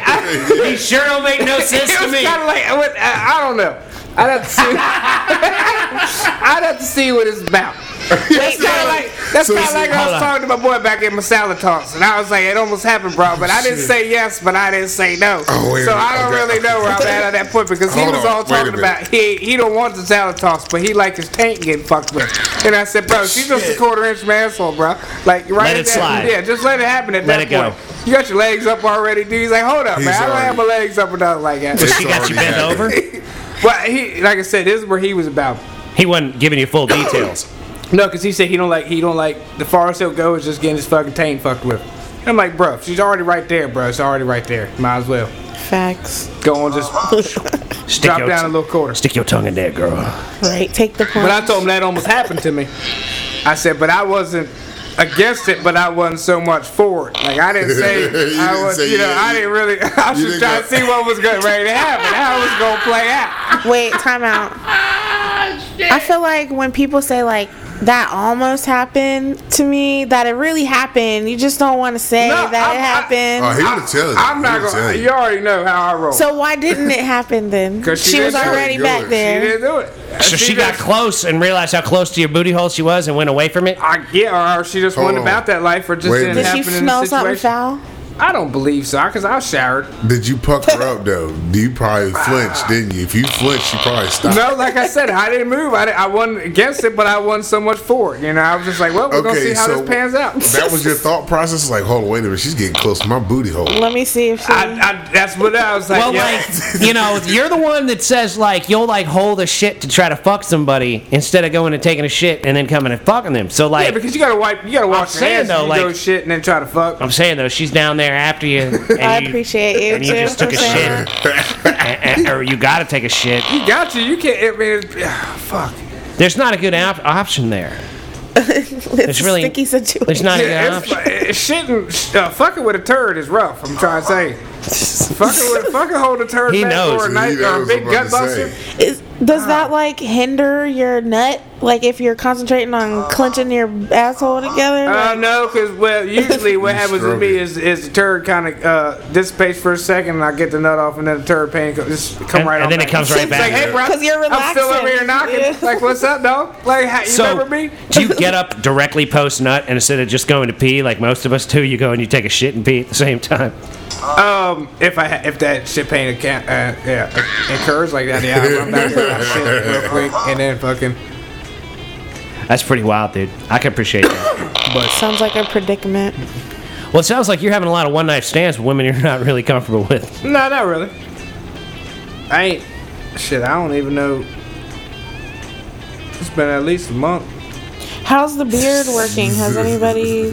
Speaker 1: He sure don't make no sense
Speaker 2: it
Speaker 1: to
Speaker 2: was
Speaker 1: me.
Speaker 2: kind of like I, went- I, I don't know. I'd have to see. I'd have to see what it's about. That's
Speaker 3: Wait,
Speaker 2: kind of like that's
Speaker 4: So
Speaker 2: kind
Speaker 4: it's-
Speaker 2: of like I
Speaker 1: hold
Speaker 2: was
Speaker 1: on.
Speaker 2: talking to my boy back in my salad talks, and I was like, it almost happened, bro. But I didn't
Speaker 4: Oh, Shit.
Speaker 2: say yes, but I didn't say no.
Speaker 4: Oh, wait a
Speaker 2: so
Speaker 4: minute.
Speaker 2: I don't
Speaker 4: Okay.
Speaker 2: really know where I'm at at that point because he
Speaker 4: Hold
Speaker 2: was
Speaker 4: on.
Speaker 2: all
Speaker 4: Wait a
Speaker 2: talking
Speaker 4: minute.
Speaker 2: about he he don't want the salad toss, but he like his tank getting fucked with. And I said, bro, she's just a
Speaker 4: Shit.
Speaker 2: quarter inch from asshole, bro. Like right
Speaker 1: Let
Speaker 2: at
Speaker 1: it
Speaker 2: that-
Speaker 1: slide.
Speaker 2: Yeah, just let it happen at
Speaker 1: Let
Speaker 2: that
Speaker 1: it go.
Speaker 2: point. You got your legs up already, dude. He's like, hold up,
Speaker 4: He's
Speaker 2: man. I don't
Speaker 4: already-
Speaker 2: have my legs up or nothing like that.
Speaker 1: She got you bent
Speaker 4: Sorry.
Speaker 1: over?
Speaker 2: Well, he like I said, this is where he was about.
Speaker 1: He wasn't giving you full details.
Speaker 2: No, because he said he don't like he don't like the farthest he'll go is just getting his fucking taint fucked with. And I'm like, bro, she's already right there, bro. It's already right there. Might as well
Speaker 3: Facts.
Speaker 2: go on, just
Speaker 1: Stick
Speaker 2: drop
Speaker 1: your
Speaker 2: down a little quarter.
Speaker 1: Stick your tongue in there, girl.
Speaker 3: Right. Take the point.
Speaker 2: But I told him that almost happened to me. I said, but I wasn't against it, but I wasn't so much for it. Like I didn't say,
Speaker 4: You
Speaker 2: I
Speaker 4: didn't
Speaker 2: was,
Speaker 4: say
Speaker 2: you know,
Speaker 4: yeah,
Speaker 2: I
Speaker 4: you-
Speaker 2: didn't really. I was
Speaker 4: you
Speaker 2: just
Speaker 4: didn't
Speaker 2: trying
Speaker 4: go-
Speaker 2: to see what was going ready to happen, how it was gonna play out.
Speaker 3: Wait, time out.
Speaker 2: Ah,
Speaker 3: I feel like when people say like that almost happened to me, that it really happened. You just don't want to say
Speaker 2: No,
Speaker 3: that
Speaker 2: I'm- I-
Speaker 3: it happened.
Speaker 4: Oh, he would tell you.
Speaker 2: I'm not
Speaker 4: He would
Speaker 2: gonna.
Speaker 4: tell
Speaker 2: You
Speaker 4: you.
Speaker 2: already know how I roll.
Speaker 3: so why didn't it happen then?
Speaker 2: 'Cause she
Speaker 3: She was
Speaker 2: didn't do it.
Speaker 3: already
Speaker 4: You're
Speaker 3: back
Speaker 4: right.
Speaker 2: she
Speaker 3: there.
Speaker 2: didn't do it.
Speaker 1: So she got
Speaker 2: just-
Speaker 1: close and realized how close to your booty hole she was and went away from it?
Speaker 2: I get, or she just
Speaker 4: Hold
Speaker 2: went
Speaker 4: on.
Speaker 2: about that life, or just
Speaker 4: Wait a
Speaker 2: didn't
Speaker 4: minute.
Speaker 3: Did she
Speaker 2: happen in
Speaker 3: smell
Speaker 2: the
Speaker 3: something
Speaker 2: situation.
Speaker 3: foul?
Speaker 2: I don't believe so, cause I showered.
Speaker 4: Did you puck her up though? You probably flinched, didn't you? If you flinched, she probably stopped.
Speaker 2: No, like I said, I didn't move. I, didn't, I wasn't against it, but I wasn't so much for it. You know, I was just like, well, we're gonna see how this pans out.
Speaker 4: that was your thought process. Like, hold on, wait a minute. She's getting close to my booty hole.
Speaker 3: Let me see if she.
Speaker 2: I, I, that's what I was like.
Speaker 1: Well,
Speaker 2: yeah.
Speaker 1: like, you know, you're the one that says, like, you'll, like, hold a shit to try to fuck somebody instead of going and taking a shit and then coming and fucking them. So, like,
Speaker 2: yeah, because you gotta wipe, you gotta wash your
Speaker 1: saying,
Speaker 2: hands,
Speaker 1: though,
Speaker 2: though, you
Speaker 1: like-
Speaker 2: go shit, and then try to fuck.
Speaker 1: I'm saying, though, she's down there after you. And
Speaker 3: I
Speaker 1: you-
Speaker 3: appreciate you
Speaker 1: And you
Speaker 3: too
Speaker 1: just took
Speaker 3: for
Speaker 1: a
Speaker 3: saying
Speaker 1: shit. and- and- or you gotta take a shit.
Speaker 2: You got you. You can't. I mean, it's- fuck.
Speaker 1: There's not a good op- option there.
Speaker 3: it's
Speaker 1: It's
Speaker 3: a
Speaker 1: really.
Speaker 3: sticky situation.
Speaker 1: There's not a good
Speaker 2: Yeah, it's,
Speaker 1: option.
Speaker 2: it's shitting, uh, fucking with a turd is rough. I'm trying to say, fucking with, fucking hold a turd
Speaker 1: He
Speaker 2: back
Speaker 1: knows.
Speaker 2: for a
Speaker 1: He
Speaker 2: night or a
Speaker 4: knows
Speaker 2: big
Speaker 4: what I'm
Speaker 2: gut
Speaker 4: about to
Speaker 2: buster.
Speaker 4: say.
Speaker 3: Is,
Speaker 2: Ah.
Speaker 3: does that like hinder your nut? Like if you're concentrating on clenching your asshole together?
Speaker 2: Uh,
Speaker 3: Like,
Speaker 2: no, because well, usually what happens with me
Speaker 4: stroking.
Speaker 2: is, is the turd kind of uh, dissipates for a second, and I get the nut off, and then the turd pain co- just come
Speaker 1: And-
Speaker 2: right
Speaker 1: and
Speaker 2: on.
Speaker 1: then it
Speaker 2: back.
Speaker 1: comes right
Speaker 2: It's like,
Speaker 1: back.
Speaker 2: hey, bro,
Speaker 3: 'Cause you're
Speaker 2: I'm still over
Speaker 3: relaxing.
Speaker 2: here knocking.
Speaker 3: Yeah.
Speaker 2: Like, what's up, dog? Like, how, you
Speaker 1: So,
Speaker 2: remember me?
Speaker 1: do you get up directly post nut and instead of just going to pee, like most of us do, you go and you take a shit and pee at the same time?
Speaker 2: Um, if I ha- if that shit pain account, uh, yeah, occurs like that, yeah, I'm back with that shit real quick, and then fucking.
Speaker 1: That's pretty wild, dude. I can appreciate that.
Speaker 3: Sounds like a predicament.
Speaker 1: well, it sounds like you're having a lot of one night stands with women you're not really comfortable with.
Speaker 2: No, not really. I ain't. Shit, I don't even know. It's been at least a month.
Speaker 3: How's the beard working? Has anybody?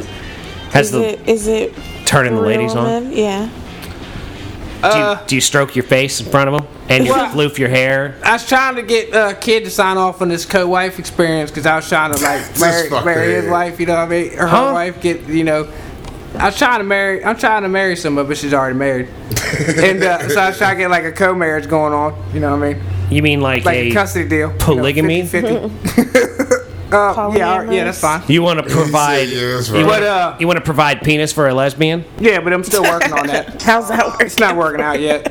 Speaker 1: Has
Speaker 3: is
Speaker 1: the
Speaker 3: it is it
Speaker 1: turning the
Speaker 3: real
Speaker 1: ladies on?
Speaker 3: men? Yeah.
Speaker 1: Do
Speaker 2: Uh,
Speaker 1: you, do you stroke your face in front of them and you
Speaker 2: Well-
Speaker 1: floof your hair?
Speaker 2: I was trying to get uh, kid to sign off on this co-wife experience because I was trying to like
Speaker 4: This
Speaker 2: marry,
Speaker 4: fucker.
Speaker 2: marry his wife. You know what I mean? Or her
Speaker 1: Huh?
Speaker 2: wife get you know. I was trying to marry. I'm trying to marry someone, but she's already married. and uh, so I was trying to get like a co-marriage going on. You know what I mean?
Speaker 1: You mean like,
Speaker 2: Like
Speaker 1: a?
Speaker 2: a custody deal.
Speaker 1: polygamy?
Speaker 2: You know, 50-50. uh, yeah, all right, yeah, that's fine.
Speaker 1: you want to provide?
Speaker 4: said, yeah, that's
Speaker 1: You
Speaker 4: right.
Speaker 1: want
Speaker 2: But, uh,
Speaker 1: to provide penis for a lesbian?
Speaker 2: Yeah, but I'm still working on that.
Speaker 3: How's that working?
Speaker 2: It's not working out yet.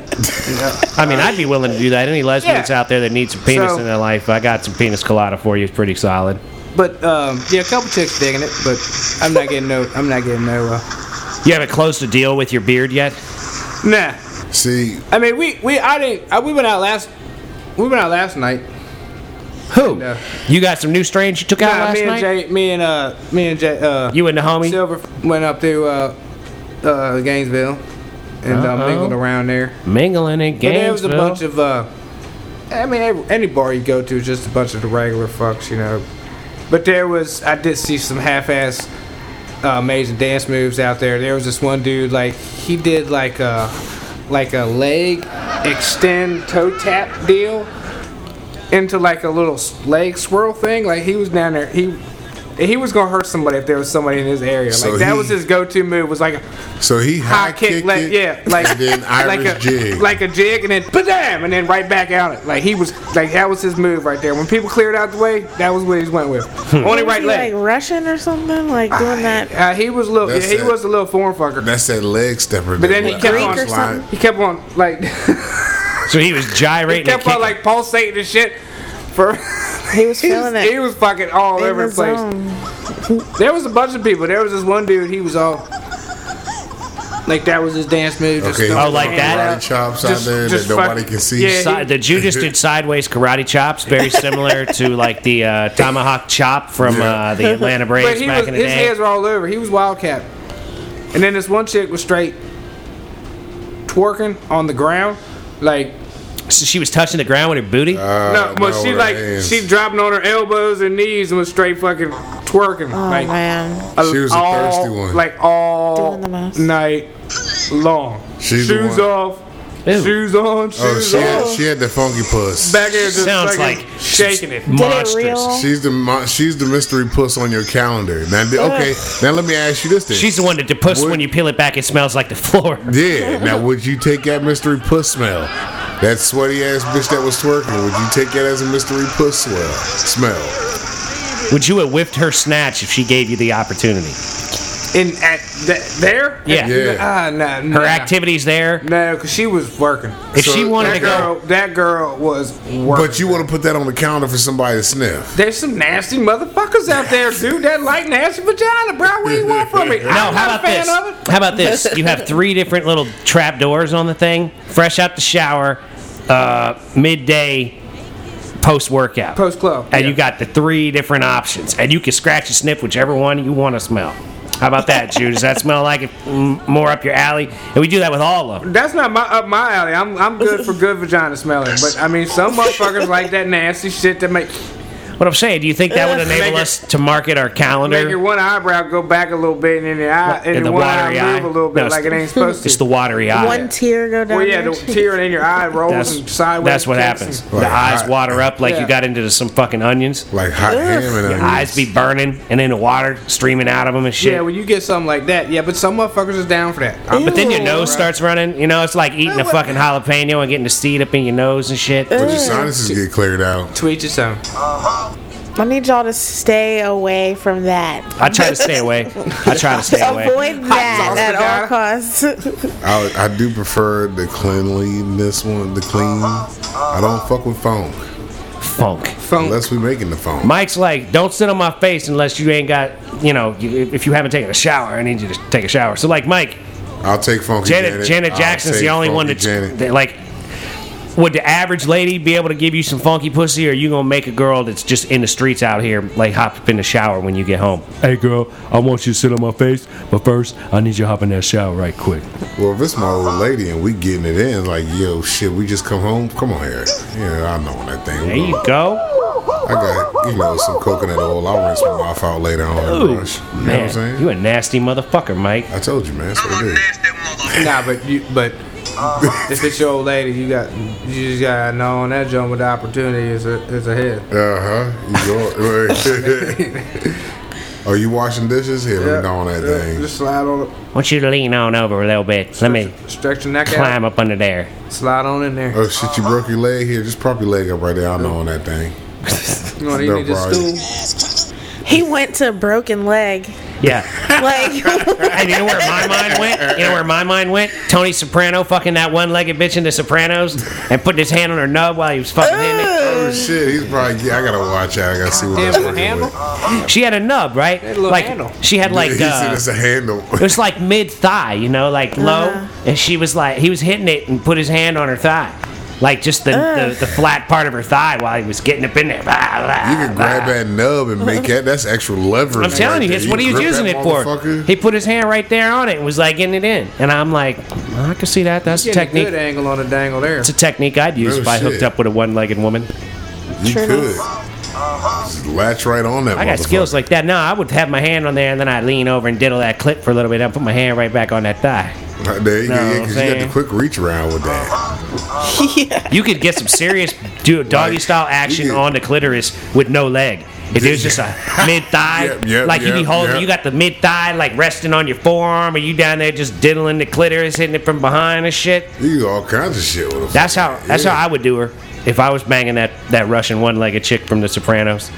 Speaker 2: You know.
Speaker 1: I mean, I'd be willing to do that. Any lesbians
Speaker 2: Yeah.
Speaker 1: out there that need some penis
Speaker 2: So-
Speaker 1: in their life, I got some penis colada for you. It's pretty solid.
Speaker 2: But um, yeah, a couple chicks digging it, but I'm not getting no. I'm not getting no. Uh,
Speaker 1: You haven't closed a deal with your beard yet.
Speaker 2: nah.
Speaker 4: See,
Speaker 2: I mean, we we I didn't. I, we went out last. We went out last night.
Speaker 1: Who?
Speaker 2: No.
Speaker 1: You got some new strains you took out
Speaker 2: Nah,
Speaker 1: last
Speaker 2: me and
Speaker 1: night.
Speaker 2: Jay, me and uh, me and Jay, uh,
Speaker 1: you and the homie.
Speaker 2: Silver went up to uh, uh, Gainesville and uh,
Speaker 1: Uh-oh.
Speaker 2: mingled around there.
Speaker 1: mingling in
Speaker 2: But there was a
Speaker 1: Gainesville.
Speaker 2: bunch of. Uh, I mean, every, any bar you go to is just a bunch of the regular fucks, you know. But there was, I did see some half-ass uh, amazing dance moves out there. There was this one dude, like he did like a like a leg extend toe tap deal into like a little s- leg swirl thing. Like he was down there, he. He was gonna hurt somebody if there was somebody in his area.
Speaker 4: So
Speaker 2: like that
Speaker 4: he-
Speaker 2: was his go-to move. Was like
Speaker 4: so he
Speaker 2: high
Speaker 4: high
Speaker 2: kick,
Speaker 4: kicked
Speaker 2: like
Speaker 4: it,
Speaker 2: yeah, like
Speaker 4: and then Irish
Speaker 2: like a
Speaker 4: jig.
Speaker 2: like a jig, and then bam, and then right back out it. Like he was like that was his move right there. When people cleared out the way, that was what he went with. Only
Speaker 3: Was
Speaker 2: right
Speaker 3: he,
Speaker 2: leg.
Speaker 3: Like Russian or something? Like doing that?
Speaker 2: Uh, he was a little, yeah,
Speaker 4: That's
Speaker 2: he
Speaker 4: it.
Speaker 2: was a little foreign fucker.
Speaker 4: that's that leg stepper.
Speaker 2: But then
Speaker 4: that
Speaker 2: he
Speaker 4: went
Speaker 2: kept
Speaker 4: out
Speaker 2: on-
Speaker 4: the line.
Speaker 2: He kept on like
Speaker 1: so he was
Speaker 2: he
Speaker 1: gyrating. and
Speaker 2: kept on
Speaker 1: kicking.
Speaker 2: like pulsating and shit. For
Speaker 3: He was
Speaker 2: he
Speaker 3: feeling
Speaker 2: was,
Speaker 3: it.
Speaker 2: he was fucking all
Speaker 3: in
Speaker 2: over the
Speaker 3: his
Speaker 2: place.
Speaker 3: zone.
Speaker 2: There was a bunch of people. There was this one dude. He was all. Like that was his dance move. Just
Speaker 4: Okay,
Speaker 2: throwing
Speaker 4: he
Speaker 1: Oh, like
Speaker 2: his hand
Speaker 1: that?
Speaker 2: out.
Speaker 4: karate chops
Speaker 2: Just-
Speaker 4: out there
Speaker 2: just
Speaker 4: that nobody
Speaker 2: fucking-
Speaker 4: can see.
Speaker 2: yeah,
Speaker 1: Si- the Jew just did sideways karate chops, very similar to like the uh, tomahawk chop from uh, the Atlanta
Speaker 2: But
Speaker 1: Braves
Speaker 2: he
Speaker 1: back
Speaker 2: was,
Speaker 1: in the
Speaker 2: his
Speaker 1: day.
Speaker 2: hands were all over. He was wildcat. And then this one chick was straight twerking on the ground, like
Speaker 1: So she was touching the ground with her booty.
Speaker 4: Uh,
Speaker 2: no, but
Speaker 4: no,
Speaker 2: she
Speaker 4: her
Speaker 2: like
Speaker 4: hands.
Speaker 2: she dropping on her elbows and knees and was straight fucking twerking,
Speaker 3: Oh
Speaker 2: like
Speaker 3: man.
Speaker 2: a-
Speaker 4: She was a
Speaker 2: all,
Speaker 4: thirsty one.
Speaker 2: like all
Speaker 3: Doing the most.
Speaker 2: night long.
Speaker 4: She's the
Speaker 2: shoes
Speaker 4: one.
Speaker 2: off,
Speaker 1: Ew.
Speaker 2: shoes on,
Speaker 4: Oh,
Speaker 2: shoes
Speaker 4: she
Speaker 2: off.
Speaker 4: had, she had the funky puss.
Speaker 2: Back there just
Speaker 1: Sounds
Speaker 2: fucking
Speaker 1: like
Speaker 2: shaking it.
Speaker 1: Monstrous.
Speaker 3: Did it real?
Speaker 4: She's the mo- she's the mystery puss on your calendar. Now, the- okay, now let me ask you this thing.
Speaker 1: She's the one that the puss
Speaker 4: Would-
Speaker 1: when you peel it back, it smells like the floor.
Speaker 4: yeah. Now, would you take that mystery puss smell? That sweaty ass bitch that was twerking. Would you take that as a mystery puss smell? Smell.
Speaker 1: Would you have whiffed her snatch if she gave you the opportunity?
Speaker 2: And at th- there,
Speaker 1: Yeah.
Speaker 4: Yeah.
Speaker 2: ah, nah, nah.
Speaker 1: Her activities there.
Speaker 2: No, because she was working.
Speaker 1: If
Speaker 4: So
Speaker 1: she wanted to
Speaker 2: That
Speaker 1: go,
Speaker 2: girl, that girl was working.
Speaker 4: But you want to put that on the calendar for somebody to sniff?
Speaker 2: There's some nasty motherfuckers out there, dude, that like nasty vagina, bro. What do you want from me?
Speaker 4: No,
Speaker 1: no.
Speaker 2: I'm not
Speaker 1: How about
Speaker 2: a fan
Speaker 1: this?
Speaker 2: of it.
Speaker 1: How about this? You have three different little trap doors on the thing. Fresh out the shower, uh, midday, post workout.
Speaker 2: Post club.
Speaker 1: and you got the three different options, and you can scratch and sniff whichever one you want to smell. How about that, Jude? Does that smell like it m- more up your alley? And we do that with all of them.
Speaker 2: That's not my up my alley. I'm I'm good for good vagina smelling, but I mean some motherfuckers like that nasty shit that make
Speaker 1: What I'm saying, do you think that would
Speaker 2: Make
Speaker 1: enable
Speaker 2: it-
Speaker 1: us to market our
Speaker 2: make your
Speaker 1: calendar?
Speaker 2: one eyebrow go back a little bit and then the eye and,
Speaker 1: and
Speaker 2: the
Speaker 1: the
Speaker 2: one eye
Speaker 1: watery
Speaker 2: move
Speaker 1: eye?
Speaker 2: a little bit
Speaker 1: No, it's-
Speaker 2: like it ain't supposed to.
Speaker 1: It's the watery eye.
Speaker 3: One tear go down.
Speaker 2: well, yeah,
Speaker 3: your
Speaker 2: the
Speaker 3: cheek.
Speaker 2: tear in your eye rolls and
Speaker 1: that's,
Speaker 2: sideways.
Speaker 1: that's what
Speaker 2: kicks
Speaker 1: happens.
Speaker 2: and-
Speaker 1: the
Speaker 4: Right,
Speaker 1: eyes
Speaker 4: right.
Speaker 1: water up like
Speaker 2: Yeah.
Speaker 1: you got into some fucking onions.
Speaker 4: Like hot ham and onions.
Speaker 1: Eyes be burning, and then the water streaming out of them and shit.
Speaker 2: Yeah, when you get something like that, yeah, but some motherfuckers is down for that. I'm-
Speaker 1: but then your
Speaker 3: Ew.
Speaker 1: nose starts running. You know, it's like eating a
Speaker 2: what-
Speaker 1: fucking jalapeno and getting the seed up in your nose and shit.
Speaker 4: But your sinuses get cleared out.
Speaker 2: Tweet you some.
Speaker 3: I need y'all to stay away from that.
Speaker 1: I try to stay away. I try to stay away.
Speaker 3: Avoid that
Speaker 2: sauce
Speaker 3: at
Speaker 2: vagina.
Speaker 3: all costs.
Speaker 4: I, I do prefer the cleanliness one, the clean. I don't fuck with funk
Speaker 1: Funk.
Speaker 2: Phone.
Speaker 4: unless we making the funk.
Speaker 1: Mike's like, don't sit on my face unless you ain't got, you know, you, if you haven't taken a shower. I need you to take a shower. So like, Mike,
Speaker 4: I'll take funky
Speaker 1: Janet,
Speaker 4: Janet.
Speaker 1: Janet
Speaker 4: I'll
Speaker 1: Jackson's the
Speaker 4: take
Speaker 1: only one
Speaker 4: funky
Speaker 1: that's
Speaker 4: Janet.
Speaker 1: that, like. Would the average lady be able to give you some funky pussy, or you gonna make a girl that's just in the streets out here, like hop up in the shower when you get home?
Speaker 6: Hey girl, I want you to sit on my face, but first I need you to hop in that shower right quick.
Speaker 4: Well, if it's my old lady and we getting it in, like, yo, shit, we just come home. Come on here. Yeah, I know that thing.
Speaker 1: There you go.
Speaker 4: I got, you know, some coconut oil. I'll rinse my mouth out later on. and brush. You know what I'm
Speaker 1: Man,
Speaker 4: saying?
Speaker 1: you a nasty motherfucker, Mike.
Speaker 4: I told you, man. That's what it is.
Speaker 2: Nah, but you, but
Speaker 4: Uh.
Speaker 2: if it's your old lady, you got you just gotta know on that joint with the opportunity is a, is ahead.
Speaker 4: Uh huh. You going? Are you washing dishes? Here, let me go on that
Speaker 2: yeah,
Speaker 4: thing.
Speaker 2: Just slide on
Speaker 1: want you to lean on over a little bit. Let me
Speaker 2: it, stretch your neck
Speaker 1: climb up under there.
Speaker 2: out, slide on in there.
Speaker 4: Oh shit! You broke your leg here. Just prop your leg up right there. I know on that thing.
Speaker 2: You know, you
Speaker 4: no
Speaker 2: need a
Speaker 4: problem.
Speaker 2: stool.
Speaker 3: He went to broken leg.
Speaker 1: Yeah.
Speaker 3: Like,
Speaker 1: Hey, you know where my mind went? You know where my mind went? Tony Soprano fucking that one-legged bitch in The Sopranos and putting his hand on her nub while he was fucking in
Speaker 4: Oh shit! He's probably. Yeah, I gotta watch out. I gotta see what
Speaker 2: Damn,
Speaker 4: that's
Speaker 2: with a
Speaker 4: working
Speaker 2: handle?
Speaker 4: with.
Speaker 1: it. She had a nub, right?
Speaker 2: a little
Speaker 1: like
Speaker 2: handle.
Speaker 1: she had like
Speaker 4: he said
Speaker 1: uh,
Speaker 4: it's a handle.
Speaker 1: it was like mid thigh, you know, like low,
Speaker 4: Uh-huh.
Speaker 1: and she was like he was hitting it and put his hand on her thigh, like just the,
Speaker 4: Uh.
Speaker 1: the, the flat part of her thigh while he was getting up in there. Blah, blah,
Speaker 4: You can grab
Speaker 1: blah.
Speaker 4: that nub and make that. That's extra leverage.
Speaker 1: Ah. I'm telling
Speaker 4: right
Speaker 1: you,
Speaker 4: there.
Speaker 1: that's what he was
Speaker 4: grip
Speaker 1: using
Speaker 4: that
Speaker 1: it for.
Speaker 4: motherfucker.
Speaker 1: He put his hand right there on it and was like getting it in, and I'm like, I can see that. That's a
Speaker 2: Getting a
Speaker 1: technique.
Speaker 2: good angle on the dangle there.
Speaker 1: It's a technique I'd use
Speaker 4: Real
Speaker 1: if I hooked
Speaker 4: shit.
Speaker 1: up with a one-legged woman.
Speaker 4: You
Speaker 3: Sure
Speaker 4: could. Just latch right on that.
Speaker 1: I got skills like that. No, I would have my hand on there and then I'd lean over and diddle that clip for a little bit and put my hand right back on that thigh.
Speaker 4: Right there you
Speaker 1: No,
Speaker 4: go. Yeah, 'cause you got
Speaker 1: man.
Speaker 4: the quick reach around with that.
Speaker 1: You could get some serious do doggy style action
Speaker 4: could-
Speaker 1: on the clitoris with no leg. If it was just a mid thigh,
Speaker 4: Yep, yep,
Speaker 1: like you be
Speaker 4: yep,
Speaker 1: holding,
Speaker 4: yep.
Speaker 1: you got the mid thigh like resting on your forearm, or you down there just diddling the clitoris, hitting it from behind and shit.
Speaker 4: You can do all kinds of shit with it.
Speaker 1: That's how that's
Speaker 4: Yeah.
Speaker 1: how I would do her if I was banging that that Russian one legged chick from The Sopranos.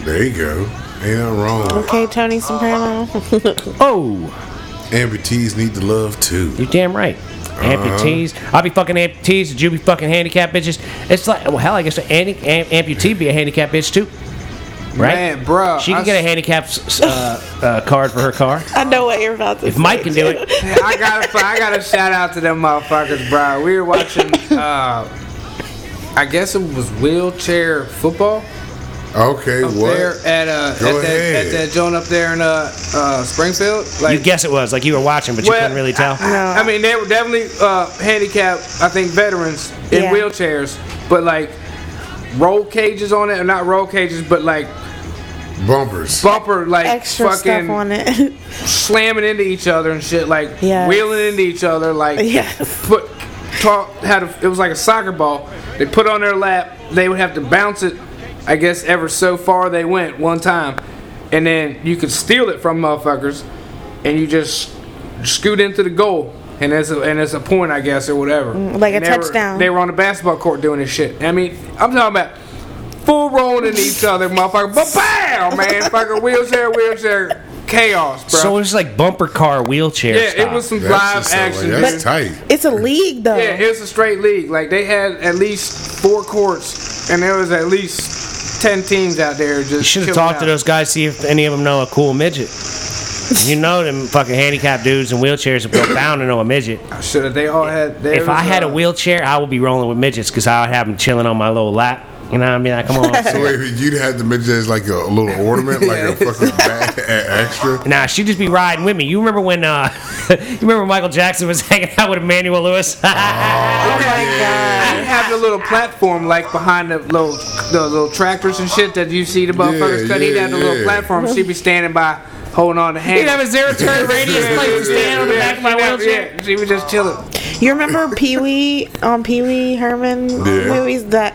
Speaker 4: There you go. Ain't nothing wrong. with it.
Speaker 3: okay, Tony Soprano.
Speaker 1: Oh.
Speaker 4: Amputees need the love too.
Speaker 1: You're damn right.
Speaker 2: Uh-huh.
Speaker 1: Amputees. I'll be fucking amputees. Did you be fucking handicapped bitches? It's like, well, hell, I guess an anti- am- amputee be a handicapped bitch too, right?
Speaker 2: Man, bruh,
Speaker 1: She can
Speaker 2: I
Speaker 1: get a
Speaker 2: s-
Speaker 1: handicapped s- uh, uh, card for her car.
Speaker 3: I know what you're about to
Speaker 1: If Mike can do it,
Speaker 2: Man, I gotta, fi- I gotta shout out to them motherfuckers, bro. We were watching, uh, I guess it was wheelchair football
Speaker 4: Okay,
Speaker 2: up
Speaker 4: what?
Speaker 2: there at uh at
Speaker 4: Go
Speaker 2: that,
Speaker 4: ahead.
Speaker 2: at that joint up there in uh, uh Springfield.
Speaker 1: you guess it was like you were watching, but you couldn't really tell.
Speaker 2: I, I mean, they were definitely uh, handicapped. I think veterans in
Speaker 3: Yeah.
Speaker 2: wheelchairs, but like roll cages on it, or not roll cages, but like
Speaker 4: Bumpers.
Speaker 2: bumper like
Speaker 3: Extra
Speaker 2: fucking
Speaker 3: stuff on it.
Speaker 2: slamming into each other and shit, like
Speaker 3: Yes.
Speaker 2: wheeling into each other, like
Speaker 3: Yes.
Speaker 2: put taught had a, it was like a soccer ball. They put on their lap. They would have to bounce it, I guess, ever so far they went one time, and then you could steal it from motherfuckers, and you just scoot into the goal. And it's a, and it's a point, I guess, or whatever.
Speaker 3: Mm, like a
Speaker 2: And they were-
Speaker 3: touchdown.
Speaker 2: they were on the basketball court doing this shit. I mean, I'm talking about full rolling into each other, motherfucker. But bam, man, fucking wheelchair, wheelchair, chaos, bro.
Speaker 1: So it was like bumper car wheelchair.
Speaker 2: yeah,
Speaker 1: style.
Speaker 2: it was some
Speaker 4: That's
Speaker 2: live
Speaker 4: just so-
Speaker 2: action.
Speaker 4: That's
Speaker 2: man.
Speaker 4: tight.
Speaker 3: It's a league, though.
Speaker 2: Yeah, it's a straight league. Like they had at least four courts, and there was at least ten teams out there just.
Speaker 1: You should have
Speaker 2: chilling
Speaker 1: talked to
Speaker 2: out.
Speaker 1: those guys, see if any of them know a cool midget. You know them fucking handicapped dudes in wheelchairs are bound to know a midget.
Speaker 2: I should have. They all had. There
Speaker 1: If I had a
Speaker 2: wheel,
Speaker 1: wheelchair, I would be rolling with midgets because I would have them chilling on my little lap. You know what I mean? Like, come
Speaker 4: So
Speaker 1: on.
Speaker 4: wait, you'd have the midget as like a little ornament, like a fucking bag, extra.
Speaker 1: Nah, she just be riding with me. You remember when uh, you remember when Michael Jackson was hanging out with Emmanuel Lewis?
Speaker 2: Oh you have the little platform like behind the little the little tractors and shit that you see the motherfuckers cut. He'd
Speaker 4: yeah,
Speaker 2: have the little
Speaker 4: yeah.
Speaker 2: platform. She'd be standing by, holding on to hand.
Speaker 1: He'd have a zero turn radius place to stand on the back of my wheelchair.
Speaker 2: She was just chilling.
Speaker 3: You remember Pee Wee on Pee Wee Herman
Speaker 4: Yeah.
Speaker 3: movies that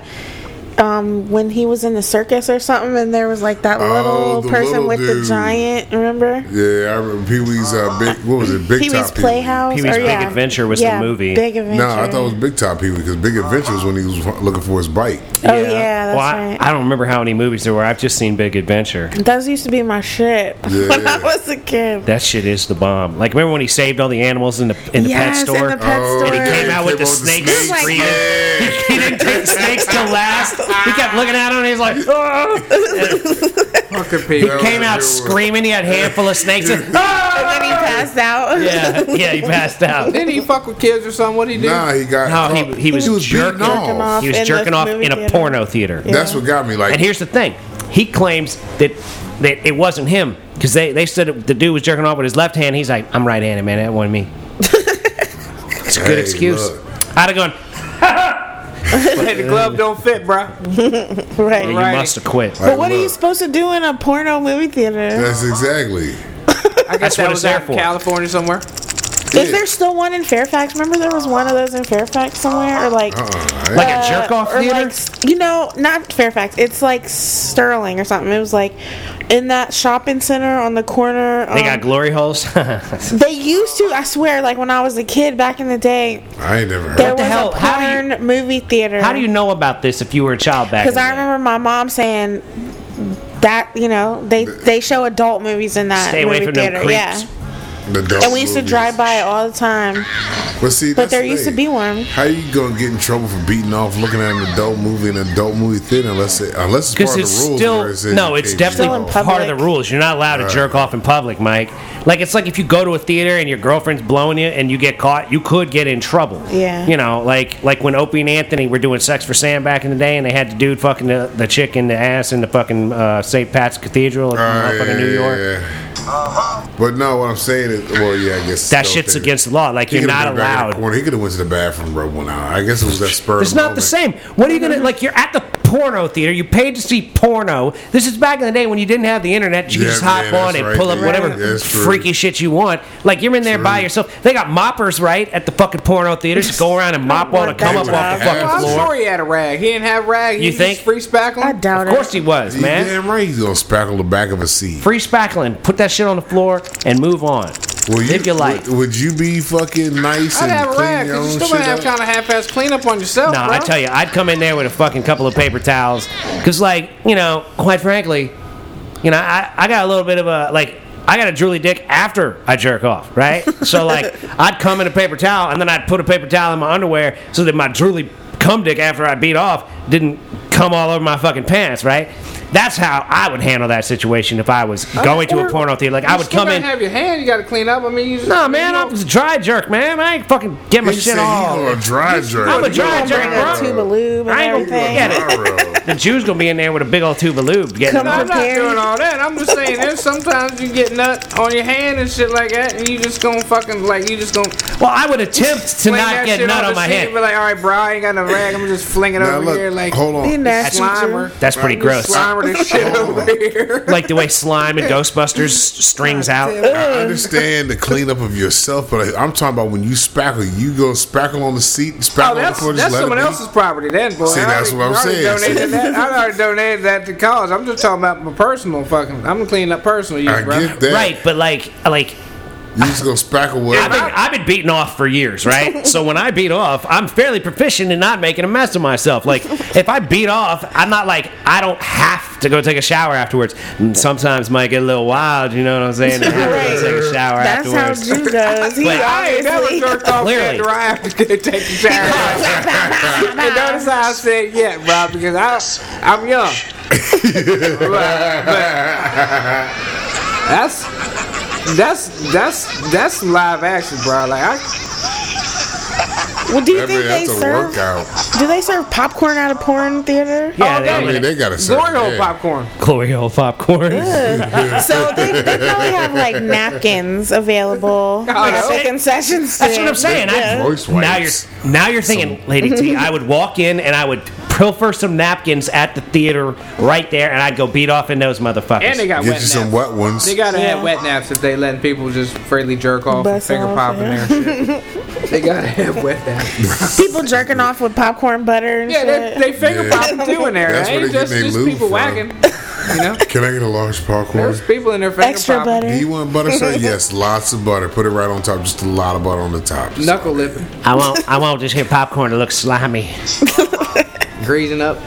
Speaker 3: um, when he was in the circus or something, and there was like that
Speaker 4: Oh,
Speaker 3: little
Speaker 4: the
Speaker 3: person
Speaker 4: little
Speaker 3: with
Speaker 4: dude.
Speaker 3: the giant. Remember
Speaker 4: Yeah, I remember Pee Wee's uh, big. What was it? Big
Speaker 3: Pee Wee's
Speaker 4: Top
Speaker 3: Playhouse?
Speaker 1: Pee-wee's
Speaker 3: or,
Speaker 1: Big
Speaker 3: yeah.
Speaker 1: Adventure was the
Speaker 3: yeah,
Speaker 1: movie.
Speaker 3: Big
Speaker 4: No,
Speaker 3: Adventure.
Speaker 4: I thought it was Big Top Pee Wee because Big Adventure was when he was looking for his bike.
Speaker 3: Oh yeah, that's
Speaker 1: well, I,
Speaker 3: right.
Speaker 1: I don't remember how many movies there were. I've just seen Big Adventure.
Speaker 3: Those used to be my shit when I
Speaker 4: Yeah.
Speaker 3: was a kid.
Speaker 1: That shit is the bomb. Like, remember when he saved all the animals in the in the
Speaker 3: yes,
Speaker 1: pet store?
Speaker 3: in the pet
Speaker 4: Oh,
Speaker 3: store.
Speaker 1: And he came out with the
Speaker 4: Came out with the
Speaker 1: snake
Speaker 4: snakes.
Speaker 3: Like-
Speaker 1: screaming.
Speaker 4: Yeah.
Speaker 1: He didn't take the snakes to last. He kept looking at him and he's like, "Oh."
Speaker 2: Fucking people.
Speaker 1: came out screaming. He had a handful of snakes.
Speaker 3: and then he passed out.
Speaker 1: Yeah, yeah, he passed out.
Speaker 2: Didn't he fuck with kids or something? What would he do?
Speaker 4: Nah, he got.
Speaker 1: No, he-
Speaker 4: caught.
Speaker 1: he was jerking
Speaker 4: beaten off.
Speaker 3: off.
Speaker 1: He was
Speaker 3: In the
Speaker 1: jerking off
Speaker 3: movie
Speaker 1: in a
Speaker 3: theater.
Speaker 1: porno theater.
Speaker 4: That's what got me. Like,
Speaker 1: And here's the thing: he claims that that it wasn't him because they they said it- the dude was jerking off with his left hand. He's like, "I'm right-handed, man. That wasn't me." It's a good
Speaker 4: Hey,
Speaker 1: excuse.
Speaker 4: look.
Speaker 1: I'd have gone.
Speaker 2: Hey, the glove don't fit, bro.
Speaker 3: Right.
Speaker 1: You
Speaker 2: Right.
Speaker 1: must have quit.
Speaker 3: But what are you
Speaker 4: look.
Speaker 3: supposed to do in a porno movie theater?
Speaker 4: That's exactly.
Speaker 2: I
Speaker 1: That's
Speaker 2: guess
Speaker 1: what
Speaker 2: that
Speaker 1: it's
Speaker 2: was
Speaker 1: there
Speaker 2: out
Speaker 1: for.
Speaker 2: in California somewhere.
Speaker 3: Is there still one in Fairfax? Remember there was one of those in Fairfax somewhere, or like, uh,
Speaker 4: Uh-uh, I
Speaker 1: Like
Speaker 4: ain't-
Speaker 1: a jerk off
Speaker 3: or
Speaker 1: theater?
Speaker 3: like s- you know, not Fairfax. It's like Sterling or something. It was like in that shopping center on the corner.
Speaker 1: they
Speaker 3: um,
Speaker 1: got glory holes. what
Speaker 3: They used to, I swear, like when I was a kid back in the day,
Speaker 4: I ain't never
Speaker 3: there
Speaker 4: heard.
Speaker 1: the
Speaker 3: was
Speaker 1: hell?
Speaker 3: a
Speaker 1: How do you-
Speaker 3: porn movie theater.
Speaker 1: How do you know about this if you were a child back?
Speaker 3: Because
Speaker 1: in
Speaker 3: I
Speaker 1: the day?
Speaker 3: remember my mom saying that you know they they show adult movies in that
Speaker 1: Stay away
Speaker 3: movie
Speaker 1: from them
Speaker 3: theater.
Speaker 1: creeps.
Speaker 3: Yeah,
Speaker 4: The
Speaker 3: and we used to drive by it all the time.
Speaker 4: But see,
Speaker 3: But
Speaker 4: that's
Speaker 3: there
Speaker 4: the
Speaker 3: used to
Speaker 4: thing.
Speaker 3: be one.
Speaker 4: How you gonna get in trouble for beating off looking at an adult movie in an adult movie theater unless it, unless it's
Speaker 1: Because
Speaker 4: part of the
Speaker 1: it's
Speaker 4: rules?
Speaker 1: still
Speaker 4: where it says
Speaker 1: no,
Speaker 4: you
Speaker 1: it's
Speaker 4: can't beat
Speaker 1: definitely
Speaker 3: Still in
Speaker 4: off.
Speaker 1: part of the
Speaker 3: public.
Speaker 1: rules. You're not allowed to jerk off in public, Mike. Like it's like if you go to a theater and your girlfriend's blowing you and you get caught, you could get in trouble.
Speaker 3: Yeah.
Speaker 1: You know, like like when Opie and Anthony were doing Sex for Sam back in the day, and they had the dude fucking the, the chick in the ass in the fucking uh, St. Pat's Cathedral in
Speaker 4: Ah,
Speaker 1: motherfucking
Speaker 4: yeah,
Speaker 1: New York.
Speaker 4: yeah, yeah. But no, what I'm saying is, well, yeah, I guess
Speaker 1: That
Speaker 4: still
Speaker 1: shit's
Speaker 4: theater.
Speaker 1: against the law. Like
Speaker 4: He
Speaker 1: you're
Speaker 4: could've
Speaker 1: not
Speaker 4: been back in the
Speaker 1: allowed.
Speaker 4: corner. He could have went to the bathroom, bro. One hour. I guess it was that spur. of
Speaker 1: It's not the
Speaker 4: moment.
Speaker 1: same. What are you gonna like? You're at the porno theater. You paid to see porno. This is back in the day when you didn't have the internet. You
Speaker 4: Yeah,
Speaker 1: could just hop
Speaker 4: yeah, that's
Speaker 1: on and
Speaker 4: right,
Speaker 1: pull up
Speaker 4: dude.
Speaker 1: whatever
Speaker 4: Yeah, that's true.
Speaker 1: freaky shit you want. Like you're in there by
Speaker 4: True.
Speaker 1: yourself. They got moppers right at the fucking porno theaters. Just go around and mop
Speaker 3: Oh,
Speaker 1: on a
Speaker 3: God.
Speaker 1: come up off the
Speaker 4: Yeah.
Speaker 1: fucking
Speaker 2: Oh, I'm
Speaker 1: floor.
Speaker 2: sure he had a rag. He didn't have rag. He
Speaker 1: You
Speaker 2: was
Speaker 1: think?
Speaker 2: Just free spackling.
Speaker 3: I doubt
Speaker 1: Of course
Speaker 3: it.
Speaker 1: he was,
Speaker 4: You
Speaker 1: man.
Speaker 4: damn right, he's gonna spackle the back of a seat.
Speaker 1: Free spackling. Put that shit on the floor and move on.
Speaker 4: Will you,
Speaker 1: Live your life.
Speaker 4: Would, would you be fucking nice
Speaker 2: I'd have
Speaker 4: and
Speaker 2: a
Speaker 4: clean
Speaker 2: rag
Speaker 4: your own
Speaker 2: because
Speaker 4: shit
Speaker 2: you still gonna have
Speaker 4: up?
Speaker 2: kind of half-ass cleanup on yourself,
Speaker 1: No,
Speaker 2: bro.
Speaker 1: I tell you, I'd come in there with a fucking couple of paper towels. Because, like, you know, quite frankly, you know, I, I got a little bit of a, like, I got a drooly dick after I jerk off, right? So, like, I'd come in a paper towel and then I'd put a paper towel in my underwear so that my drooly cum dick after I beat off didn't come all over my fucking pants, right? That's how I would handle that situation if I was going to a
Speaker 2: or-
Speaker 1: porno theater. Like, I
Speaker 2: You
Speaker 1: would
Speaker 2: still
Speaker 1: come
Speaker 2: gotta
Speaker 1: in.
Speaker 2: Have your hand. You gotta clean up. I mean, you just,
Speaker 1: No, man, I'm a dry jerk, man. I ain't fucking get my
Speaker 4: He
Speaker 1: shit
Speaker 4: said he
Speaker 1: all.
Speaker 4: gonna dry jerk.
Speaker 1: I'm a
Speaker 4: He
Speaker 1: dry
Speaker 4: gonna
Speaker 1: jerk,
Speaker 3: Bring a
Speaker 1: bro.
Speaker 3: tube of lube and
Speaker 1: I ain't gonna
Speaker 3: everything.
Speaker 1: get it.
Speaker 4: Tomorrow.
Speaker 1: The Jew's gonna be in there with a big old tube of lube getting
Speaker 3: Come
Speaker 1: it.
Speaker 2: No, I'm not
Speaker 3: Prepared.
Speaker 2: doing all that. I'm just saying there's sometimes you get nut on your hand and shit like that, and you just gonna fucking like you just gonna
Speaker 1: Well, I would attempt to
Speaker 2: fling
Speaker 1: not
Speaker 2: that
Speaker 1: get
Speaker 2: shit
Speaker 1: nut
Speaker 2: on
Speaker 1: on
Speaker 2: the
Speaker 1: my
Speaker 2: seat and Be
Speaker 1: head.
Speaker 2: like, all right, bro, I ain't got no rag. I'm just flinging
Speaker 4: Now
Speaker 2: over here
Speaker 4: look,
Speaker 2: like
Speaker 4: hold
Speaker 3: Be
Speaker 4: on.
Speaker 3: nasty.
Speaker 2: slimer.
Speaker 1: That's pretty gross.
Speaker 2: Slimer this shit over here.
Speaker 1: Like the way slime and Ghostbusters s- strings out.
Speaker 4: I understand the cleanup of yourself, but I'm talking about when you spackle, you go spackle on the seat, spackle
Speaker 2: Oh,
Speaker 4: on the
Speaker 2: that's,
Speaker 4: floor, just
Speaker 2: that's
Speaker 4: let it
Speaker 2: someone
Speaker 4: be.
Speaker 2: else's property then, boy.
Speaker 4: See,
Speaker 2: I
Speaker 4: that's
Speaker 2: already-
Speaker 4: what I'm
Speaker 2: I already
Speaker 4: saying.
Speaker 2: donated that- I already donated that to cause. I'm just talking about my personal fucking. I'm cleaning up personal use,
Speaker 4: I
Speaker 2: bro.
Speaker 4: get that.
Speaker 1: Right, but like, like
Speaker 4: You just gonna spackle
Speaker 1: I've been,
Speaker 4: whatever.
Speaker 1: I've been beating off for years, right? so when I beat off, I'm fairly proficient in not making a mess of myself. Like, if I beat off, I'm not like I don't have to go take a shower afterwards. And sometimes might get a little wild, you know what I'm saying? I have to go take a shower
Speaker 3: That's how
Speaker 1: afterwards.
Speaker 3: Jew goes. He
Speaker 1: But
Speaker 2: I ain't never
Speaker 3: obviously.
Speaker 2: jerked off
Speaker 1: Clearly.
Speaker 2: that dry after taking showers. And notice how I said yeah, bro, because I, I'm young. But- but that's that's that's that's some live action, bro. Like I,
Speaker 3: Well, do you
Speaker 4: That
Speaker 3: think
Speaker 4: man,
Speaker 3: they
Speaker 4: that's a
Speaker 3: serve?
Speaker 4: workout.
Speaker 3: Do they serve popcorn out of porn theater?
Speaker 1: Yeah,
Speaker 2: Oh,
Speaker 4: I
Speaker 1: they,
Speaker 4: mean, they gotta serve.
Speaker 2: glory hole
Speaker 4: yeah.
Speaker 2: popcorn.
Speaker 1: glory hole popcorn.
Speaker 3: So they, they probably have like napkins available at the
Speaker 2: that's-
Speaker 3: concession stand.
Speaker 1: Oh, That's what I'm saying. I,
Speaker 4: Voice
Speaker 1: now you're
Speaker 4: wipes.
Speaker 1: now you're thinking, Lady T. I would walk in and I would pilfer some napkins at the theater right there, and I'd go beat off in those motherfuckers.
Speaker 2: And they got
Speaker 4: Get
Speaker 2: wet
Speaker 4: you
Speaker 2: naps.
Speaker 4: some wet ones.
Speaker 2: They gotta
Speaker 3: Yeah.
Speaker 2: have wet naps if they letting people just freely jerk off
Speaker 3: Bust
Speaker 2: and finger
Speaker 3: off,
Speaker 2: pop in there. and shit. they gotta have wet naps.
Speaker 3: People jerking off with popcorn butter and
Speaker 2: Yeah,
Speaker 3: shit.
Speaker 2: they, they finger
Speaker 4: Yeah.
Speaker 2: pop too in there.
Speaker 4: That's
Speaker 2: It
Speaker 4: where
Speaker 2: ain't
Speaker 4: they get
Speaker 2: just,
Speaker 4: they
Speaker 2: just
Speaker 4: lube
Speaker 2: people
Speaker 4: from.
Speaker 2: whacking. You know,
Speaker 4: Can I get a large popcorn?
Speaker 2: there's people in their finger
Speaker 3: Extra
Speaker 2: popping.
Speaker 4: Do
Speaker 3: butter.
Speaker 4: you want butter, sir? Yes, lots of butter. Put it right on top. Just a lot of butter on the top. Just
Speaker 2: Knuckle lipping,
Speaker 1: I won't I won't just hear popcorn to look slimy.
Speaker 2: greasing up.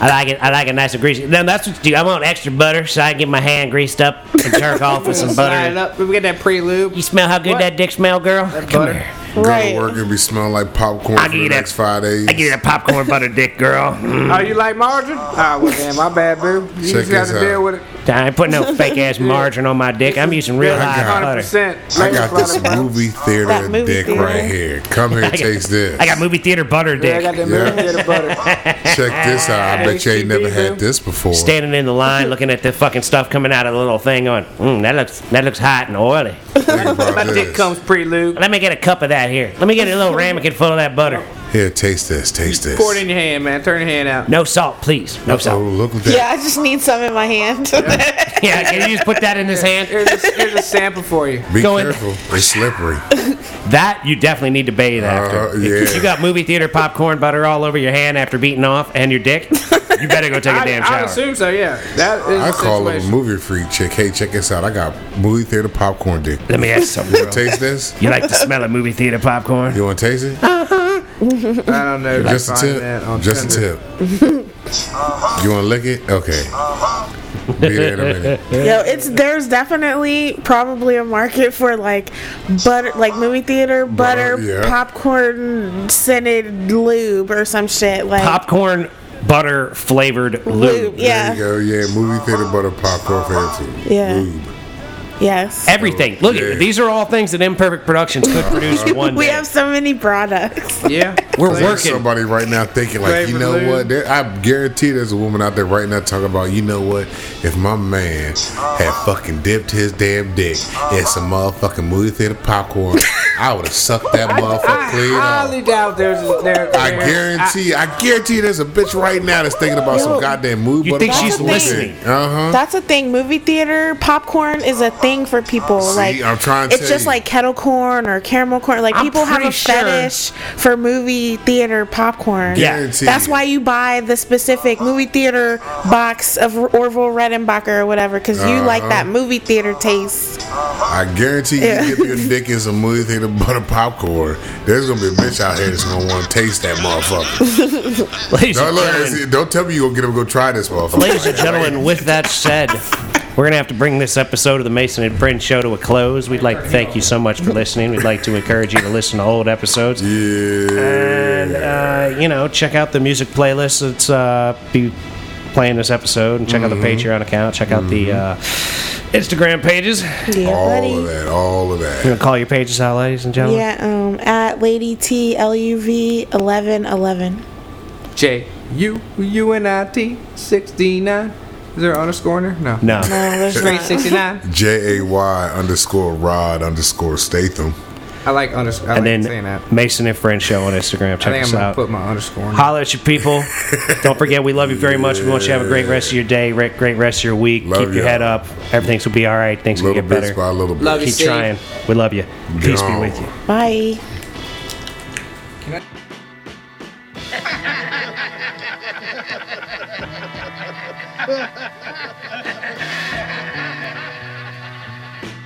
Speaker 1: I like it. I like it nice and greasy. Now that's what you do. I want extra butter, so I can get my hand greased up and jerk off with some
Speaker 2: Slide it
Speaker 1: butter.
Speaker 2: up. We get that pre-lube.
Speaker 1: You smell how good
Speaker 2: What?
Speaker 1: that dick smell, girl? Come
Speaker 2: butter.
Speaker 1: here.
Speaker 4: Go
Speaker 3: Right.
Speaker 4: to work and be smelling like popcorn
Speaker 1: I'll
Speaker 4: for
Speaker 1: give
Speaker 4: the
Speaker 1: you that-
Speaker 4: next five days.
Speaker 1: I give you that popcorn butter dick, girl. Mm.
Speaker 2: Oh, you like margarine? Ah, well, damn, my bad, boo. You
Speaker 4: Check
Speaker 2: just got
Speaker 4: this
Speaker 2: to
Speaker 4: out.
Speaker 2: deal with it.
Speaker 1: I ain't putting no fake ass margarine on my dick. I'm using real
Speaker 4: I
Speaker 1: high
Speaker 4: got-
Speaker 1: butter.
Speaker 2: 100%.
Speaker 4: I got this
Speaker 2: Like,
Speaker 4: movie theater
Speaker 3: That movie
Speaker 4: dick
Speaker 3: theater.
Speaker 4: right here. Come here,
Speaker 1: I got-
Speaker 4: taste this.
Speaker 1: I got movie theater butter
Speaker 2: Yeah, I
Speaker 1: dick.
Speaker 2: got that
Speaker 4: Yeah.
Speaker 2: movie theater butter.
Speaker 4: Check this out. I bet you ain't never
Speaker 2: HEB,
Speaker 4: had this before.
Speaker 1: standing in the line looking at the fucking stuff coming out of the little thing going mm, that looks that looks hot and oily
Speaker 4: Think about
Speaker 2: My dick
Speaker 4: this.
Speaker 2: comes pre-lube.
Speaker 1: let me get a cup of that here let me get a little ramekin full of that butter
Speaker 4: Here, taste this. Taste this.
Speaker 2: Pour it in your hand, man. Turn your hand out.
Speaker 1: No salt, please. No
Speaker 4: Oh,
Speaker 1: salt.
Speaker 4: look at that.
Speaker 3: Yeah, I just need some in my hand.
Speaker 1: Yeah, can you just put that in his hand?
Speaker 2: Here's a, here's a sample for you.
Speaker 4: Be
Speaker 1: Go in.
Speaker 4: careful. It's slippery.
Speaker 1: That you definitely need to bathe
Speaker 2: Uh-huh,
Speaker 4: Uh,
Speaker 1: after.
Speaker 4: yeah.
Speaker 1: You got movie theater popcorn butter all over your hand after beating off and your dick. You better go take a damn
Speaker 2: I, I
Speaker 1: shower.
Speaker 2: assume so. Yeah, that is
Speaker 4: I
Speaker 2: the
Speaker 4: call him a
Speaker 2: situation.
Speaker 4: movie freak chick. Hey, check this out. I got movie theater popcorn dick.
Speaker 1: Let me ask you something.
Speaker 4: You want to taste this?
Speaker 1: You like the smell of movie theater popcorn?
Speaker 4: You want to taste it?
Speaker 2: I don't know. if
Speaker 4: Just
Speaker 2: I
Speaker 4: a
Speaker 2: Uh-huh. find that on
Speaker 4: tip. Just a
Speaker 2: Tinder. Uh-huh.
Speaker 4: tip. You want to lick it? Okay. Be there in a minute.
Speaker 3: Yo, it's there's definitely probably a market for like butter, like movie theater butter,
Speaker 4: Butter, yeah.
Speaker 3: popcorn scented lube or some shit like
Speaker 1: Popcorn butter flavored
Speaker 3: lube.
Speaker 1: lube.
Speaker 4: There
Speaker 3: Yeah.
Speaker 4: you go. Yeah, movie theater butter popcorn
Speaker 2: Uh-huh.
Speaker 4: fancy.
Speaker 3: Yeah.
Speaker 4: Lube.
Speaker 3: Yes.
Speaker 1: Everything. Look,
Speaker 4: Yeah.
Speaker 1: these are all things that Imperfect Productions could produce in one
Speaker 3: we
Speaker 1: day.
Speaker 3: have so many products.
Speaker 2: Yeah,
Speaker 1: We're
Speaker 2: Flavor-
Speaker 1: working.
Speaker 4: Somebody right now thinking like, you
Speaker 2: Flavor
Speaker 4: know
Speaker 2: lube.
Speaker 4: what? There, I guarantee there's a woman out there right now talking about, you know what? If my man had fucking dipped his damn dick in some motherfucking movie theater popcorn, I would have sucked that motherfucker clean off.
Speaker 2: highly doubt there's a, there.
Speaker 4: I
Speaker 2: there-
Speaker 4: guarantee, I, guarantee there's a bitch right now that's thinking about some
Speaker 3: Yo,
Speaker 4: goddamn movie.
Speaker 1: you think
Speaker 3: she's
Speaker 1: listening?
Speaker 4: Uh huh.
Speaker 3: That's a thing. Movie theater popcorn is a thing for people.
Speaker 4: See,
Speaker 3: like
Speaker 4: I'm trying to
Speaker 3: it's
Speaker 4: tell
Speaker 3: just
Speaker 4: you.
Speaker 3: like kettle corn or caramel corn. Like
Speaker 1: I'm
Speaker 3: people have
Speaker 1: pretty
Speaker 3: a
Speaker 1: sure-
Speaker 3: fetish for movie theater popcorn.
Speaker 1: Yeah.
Speaker 4: Guarantee.
Speaker 3: That's why you buy the specific movie theater box of Orville Redenbacher or whatever, because you like
Speaker 4: Uh-huh.
Speaker 3: that movie theater taste.
Speaker 4: I guarantee you
Speaker 3: Yeah.
Speaker 4: dip your dick in some movie theater butter popcorn. There's gonna be a bitch out here that's gonna want to taste that motherfucker.
Speaker 1: Ladies
Speaker 4: Don't,
Speaker 1: and
Speaker 4: look,
Speaker 1: gentlemen,
Speaker 4: it's- don't tell me you gonna get him go try this motherfucker.
Speaker 1: Ladies and gentlemen, with that said, we're going to have to bring this episode of the Mason and Friend Show to a close. We'd like to thank you so much for listening. We'd like to encourage you to listen to old episodes. And,
Speaker 4: Yeah.
Speaker 1: uh, you know, check out the music playlist that's uh, be playing this episode. And check out the
Speaker 2: Mm-hmm.
Speaker 1: Patreon account. Check out the uh, Instagram pages. I'm
Speaker 3: Yeah,
Speaker 4: all of
Speaker 3: buddy.
Speaker 4: that. All of that.
Speaker 1: going to call your pages out, ladies and gentlemen.
Speaker 3: Yeah, um, at Lady T L U V eleven eleven.
Speaker 2: J U U N I T sixty nine. Is there an underscore in there? No.
Speaker 1: No.
Speaker 3: No, there's
Speaker 2: Straight
Speaker 3: not.
Speaker 2: sixty nine.
Speaker 4: J A Y underscore Rod underscore Statham.
Speaker 2: I like underscore. I
Speaker 1: And
Speaker 2: like saying that.
Speaker 1: then Mason and Friend Show on Instagram.
Speaker 2: I
Speaker 1: Check
Speaker 2: think I'm
Speaker 1: us
Speaker 2: gonna
Speaker 1: out.
Speaker 2: put my underscore. In there.
Speaker 1: Holler at your people. Don't forget, we love you very much. We want you to have a great rest of your day, re- great rest of your week.
Speaker 4: Love
Speaker 1: Keep your
Speaker 4: y'all.
Speaker 1: head up. Everything's will be all right. Things will
Speaker 4: Little
Speaker 1: get
Speaker 4: bit by
Speaker 1: better.
Speaker 4: little bit.
Speaker 2: Love you.
Speaker 1: Keep
Speaker 2: Steve.
Speaker 1: trying. We love you. Peace be
Speaker 4: Gone.
Speaker 1: with you.
Speaker 3: Bye.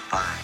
Speaker 7: Goodbye.